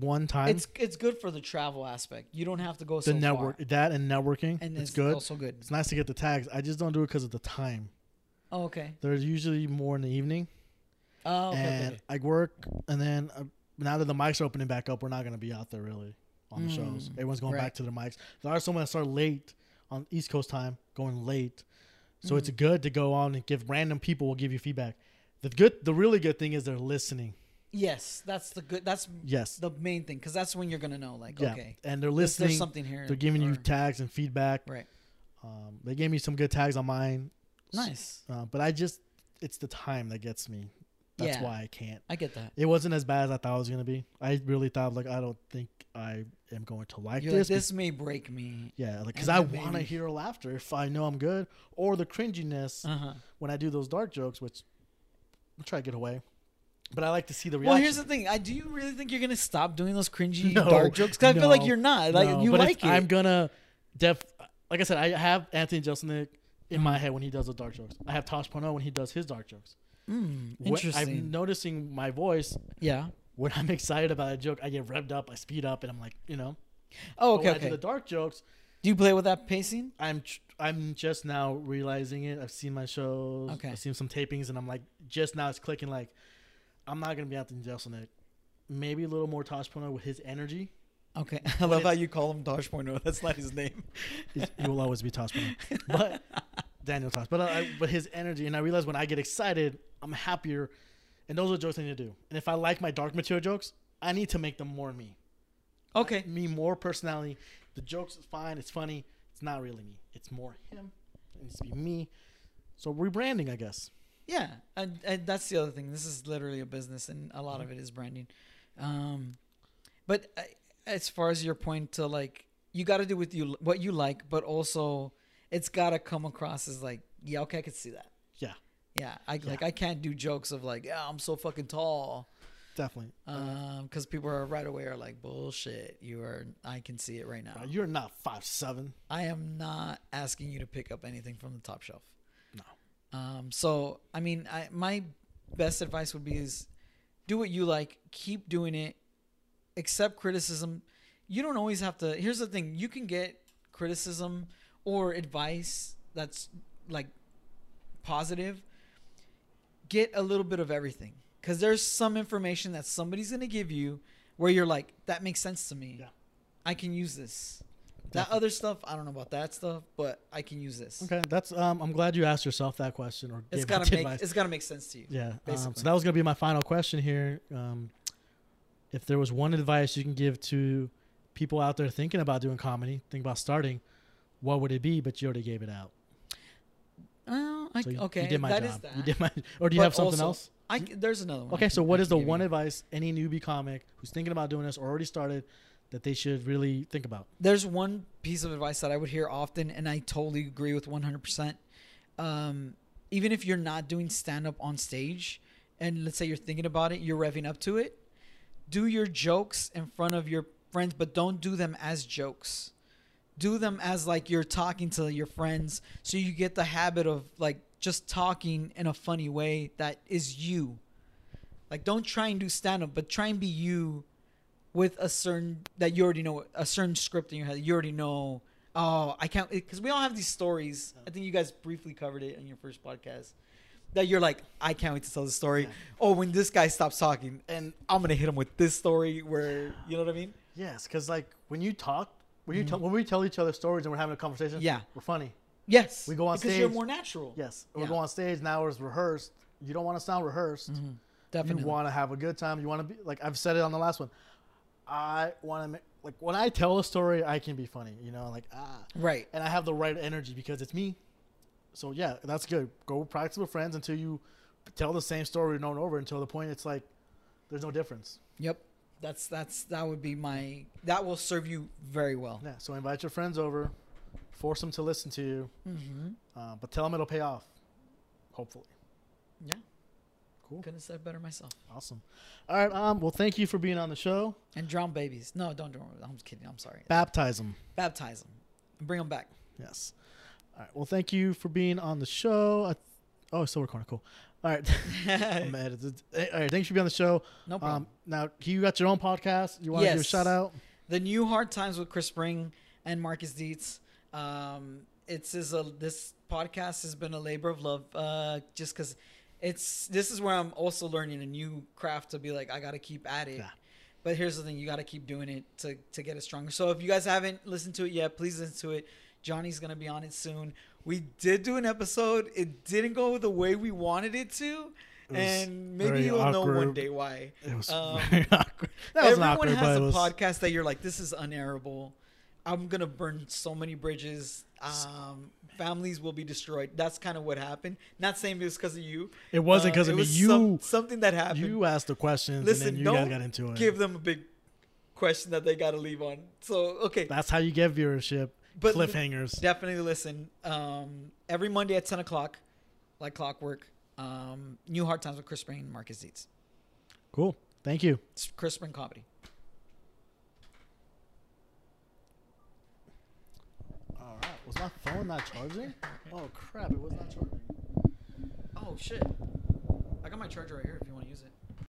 One time,
It's it's good for the travel aspect. You don't have to go
the
so
network
far.
that and networking.
And
it's
it's,
good.
also good.
it's nice to get the tags. I just don't do it because of the time.
Oh, okay.
There's usually more in the evening,
Oh, okay, okay.
and
okay.
I work, and then uh, now that the mics are opening back up, we're not going to be out there really on the shows. Everyone's going
Mm, right.
back to their mics. There are some that start late on East Coast time, going late, so
Mm.
it's good to go on and give random people will give you feedback. The good, the really good thing is they're listening.
Yes, that's the good that's
Yes,
the main thing cuz that's when you're going to know like
yeah,
okay.
and they're
There's,
listening.
there's something here.
they're giving you
or-
tags and feedback.
Right.
Um, they gave me some good tags on mine,
Nice.
uh, but I just it's the time that gets me. That's
Yeah.
why I can't.
I get that.
It wasn't as bad as I thought it was gonna be. I really thought like I don't think I am going to like
You're
this.
like, this may break me.
Yeah, like because
And
I
then
want to
maybe-
hear laughter if I know I'm good, or the cringiness
Uh huh.
when I do those dark jokes, which we try to get away. But I like to see the reaction.
Well, here's the thing. I, do you really think you're gonna stop doing those cringy
No,
dark jokes? Because I feel like
no,
you're not. Like
No,
you
but if
like it.
I'm gonna def. Like I said, I have Anthony Jeselnik in my head when he does the dark jokes. I have Tosh Pono when he does his dark jokes.
Mm,
When I'm
interesting.
noticing my voice
yeah.
when I'm excited about a joke. I get revved up, I speed up, and I'm like, you know.
Oh,
But
okay.
when I
Okay.
do the dark jokes,
do you play with that pacing?
I'm tr- I'm just now realizing it. I've seen my shows.
Okay.
I've seen some tapings, and I'm like, just now it's clicking. Like, I'm not gonna be Anthony Jeselnik. Maybe a little more Tosh Pono with his energy.
Okay. I love how you call him Dodge.0. That's not his name.
He's- he will always be Tosh Pono, but Daniel Tosh. But I, but his energy, and I realize when I get excited, I'm happier, and those are jokes I need to do. And if I like my dark material jokes, I need to make them more me.
Okay.
me more personality. The jokes is fine, it's funny. It's not really me. It's more him. It needs to be me. So rebranding, I guess.
Yeah, and, and that's the other thing. This is literally a business, and a lot of it is branding. Um, but I, as far as your point to like, you got to do with you what you like, but also it's got to come across as like, yeah, okay, I could see that.
Yeah,
Yeah, I like I can't do jokes of like, yeah, I'm so fucking tall,
definitely.
Um, 'cause because people are right away are like, bullshit. You are. I can see it right now.
Uh, You're not five seven.
I am not asking you to pick up anything from the top shelf.
No.
Um, so I mean, I, my best advice would be is do what you like, keep doing it, accept criticism. You don't always have to. Here's the thing: you can get criticism or advice that's like positive. Get a little bit of everything because there's some information that somebody's gonna give you where you're like, that makes sense to me.
Yeah.
I can use this. That other stuff, I don't know about that stuff, but I can use this.
Okay, that's. Um, I'm glad you asked yourself that question or
It's
gave
gotta
that
make
advice.
it's gotta make sense to you.
yeah. Um,
basically.
so that was gonna be my final question here. Um, if there was one advice you can give to people out there thinking about doing comedy, think about starting, what would it be? But you already gave it out.
Oh, I,
So you,
okay.
you did my
that
job.
is that.
You did my. Or do you
But
have something
also,
else?
I c- there's another one. I
Okay, so
can-
what
I
is the
can give
one
you.
advice any newbie comic who's thinking about doing this or already started that they should really think about?
There's one piece of advice that I would hear often, and I totally agree with 100%. Um, even if you're not doing stand up on stage, and let's say you're thinking about it, you're revving up to it, do your jokes in front of your friends, but don't do them as jokes. Do them as like you're talking to your friends, so you get the habit of like just talking in a funny way that is you. Like, don't try and do stand up, but try and be you with a certain that you already know a certain script in your head. You already know. Oh, I can't because we all have these stories. I think you guys briefly covered it in your first podcast that you're like, I can't wait to tell the story. Oh, when this guy stops talking, and I'm gonna hit him with this story where you know what I mean.
Yes, because like when you talk, when you tell, when we tell each other stories and we're having a conversation,
Yeah.
we're funny.
Yes,
We go on
because you're
stage.
more natural.
Yes,
Yeah.
we go on stage now. It's rehearsed. You don't want to sound rehearsed.
definitely.
You want to have a good time. You want to be like I've said it on the last one. I want to make like when I tell a story, I can be funny. You know, like ah,
right.
and I have the right energy because it's me. So yeah, that's good. Go practice with friends until you tell the same story over and over until the point it's like there's no difference.
Yep. That's that's that would be my that will serve you very well.
Yeah. So invite your friends over, force them to listen to you,
Mm-hmm.
uh, but tell them it'll pay off. Hopefully.
Yeah.
Cool.
Couldn't have said it better myself.
Awesome. All right. Um. Well, thank you for being on the show.
And drown babies. No, don't drown. I'm kidding. I'm sorry.
Baptize them.
Baptize them. Bring them back.
Yes. All right. Well, thank you for being on the show. I th- oh, it's still recording. Cool. All right. I'm edited. Hey, All right. Thanks for being on the show.
No problem.
Um, now, you got your own podcast. You want to give a
Yes.
shout out?
the new Hard Times with Chris Spring and Marcus Dietz. Um, it's is a this podcast has been a labor of love, uh, just because it's this is where I'm also learning a new craft to be like I gotta keep at it.
Yeah.
But here's the thing, you gotta keep doing it to to get it stronger. So if you guys haven't listened to it yet, please listen to it. Johnny's gonna be on it soon. We did do an episode. It didn't go the way we wanted it to,
was
and maybe
very
you'll know one
awkward.
day why.
It was
Um,
very awkward. That was
Everyone
awkward,
has
but
a
it was,
podcast that you're like, this is unairable. I'm gonna burn so many bridges. Um, families will be destroyed. That's kind of what happened. Not saying it was because of you.
It wasn't
Uh,
'cause
it
of me.
was
You-
some- something that happened.
You asked the questions
Listen,
and then you
don't
guys got into it.
give them a big question that they gotta leave on. So okay,
That's how you get viewership.
But-
Cliffhangers.
definitely listen. Um, every Monday at ten o'clock, like clockwork. Um, New Hard Times with Chris Spring and Marcus Dietz.
cool. Thank you.
It's Chris Spring comedy.
All right. Was my phone not charging? Oh crap! It was not charging.
Oh shit! I got my charger right here. If you want to use it.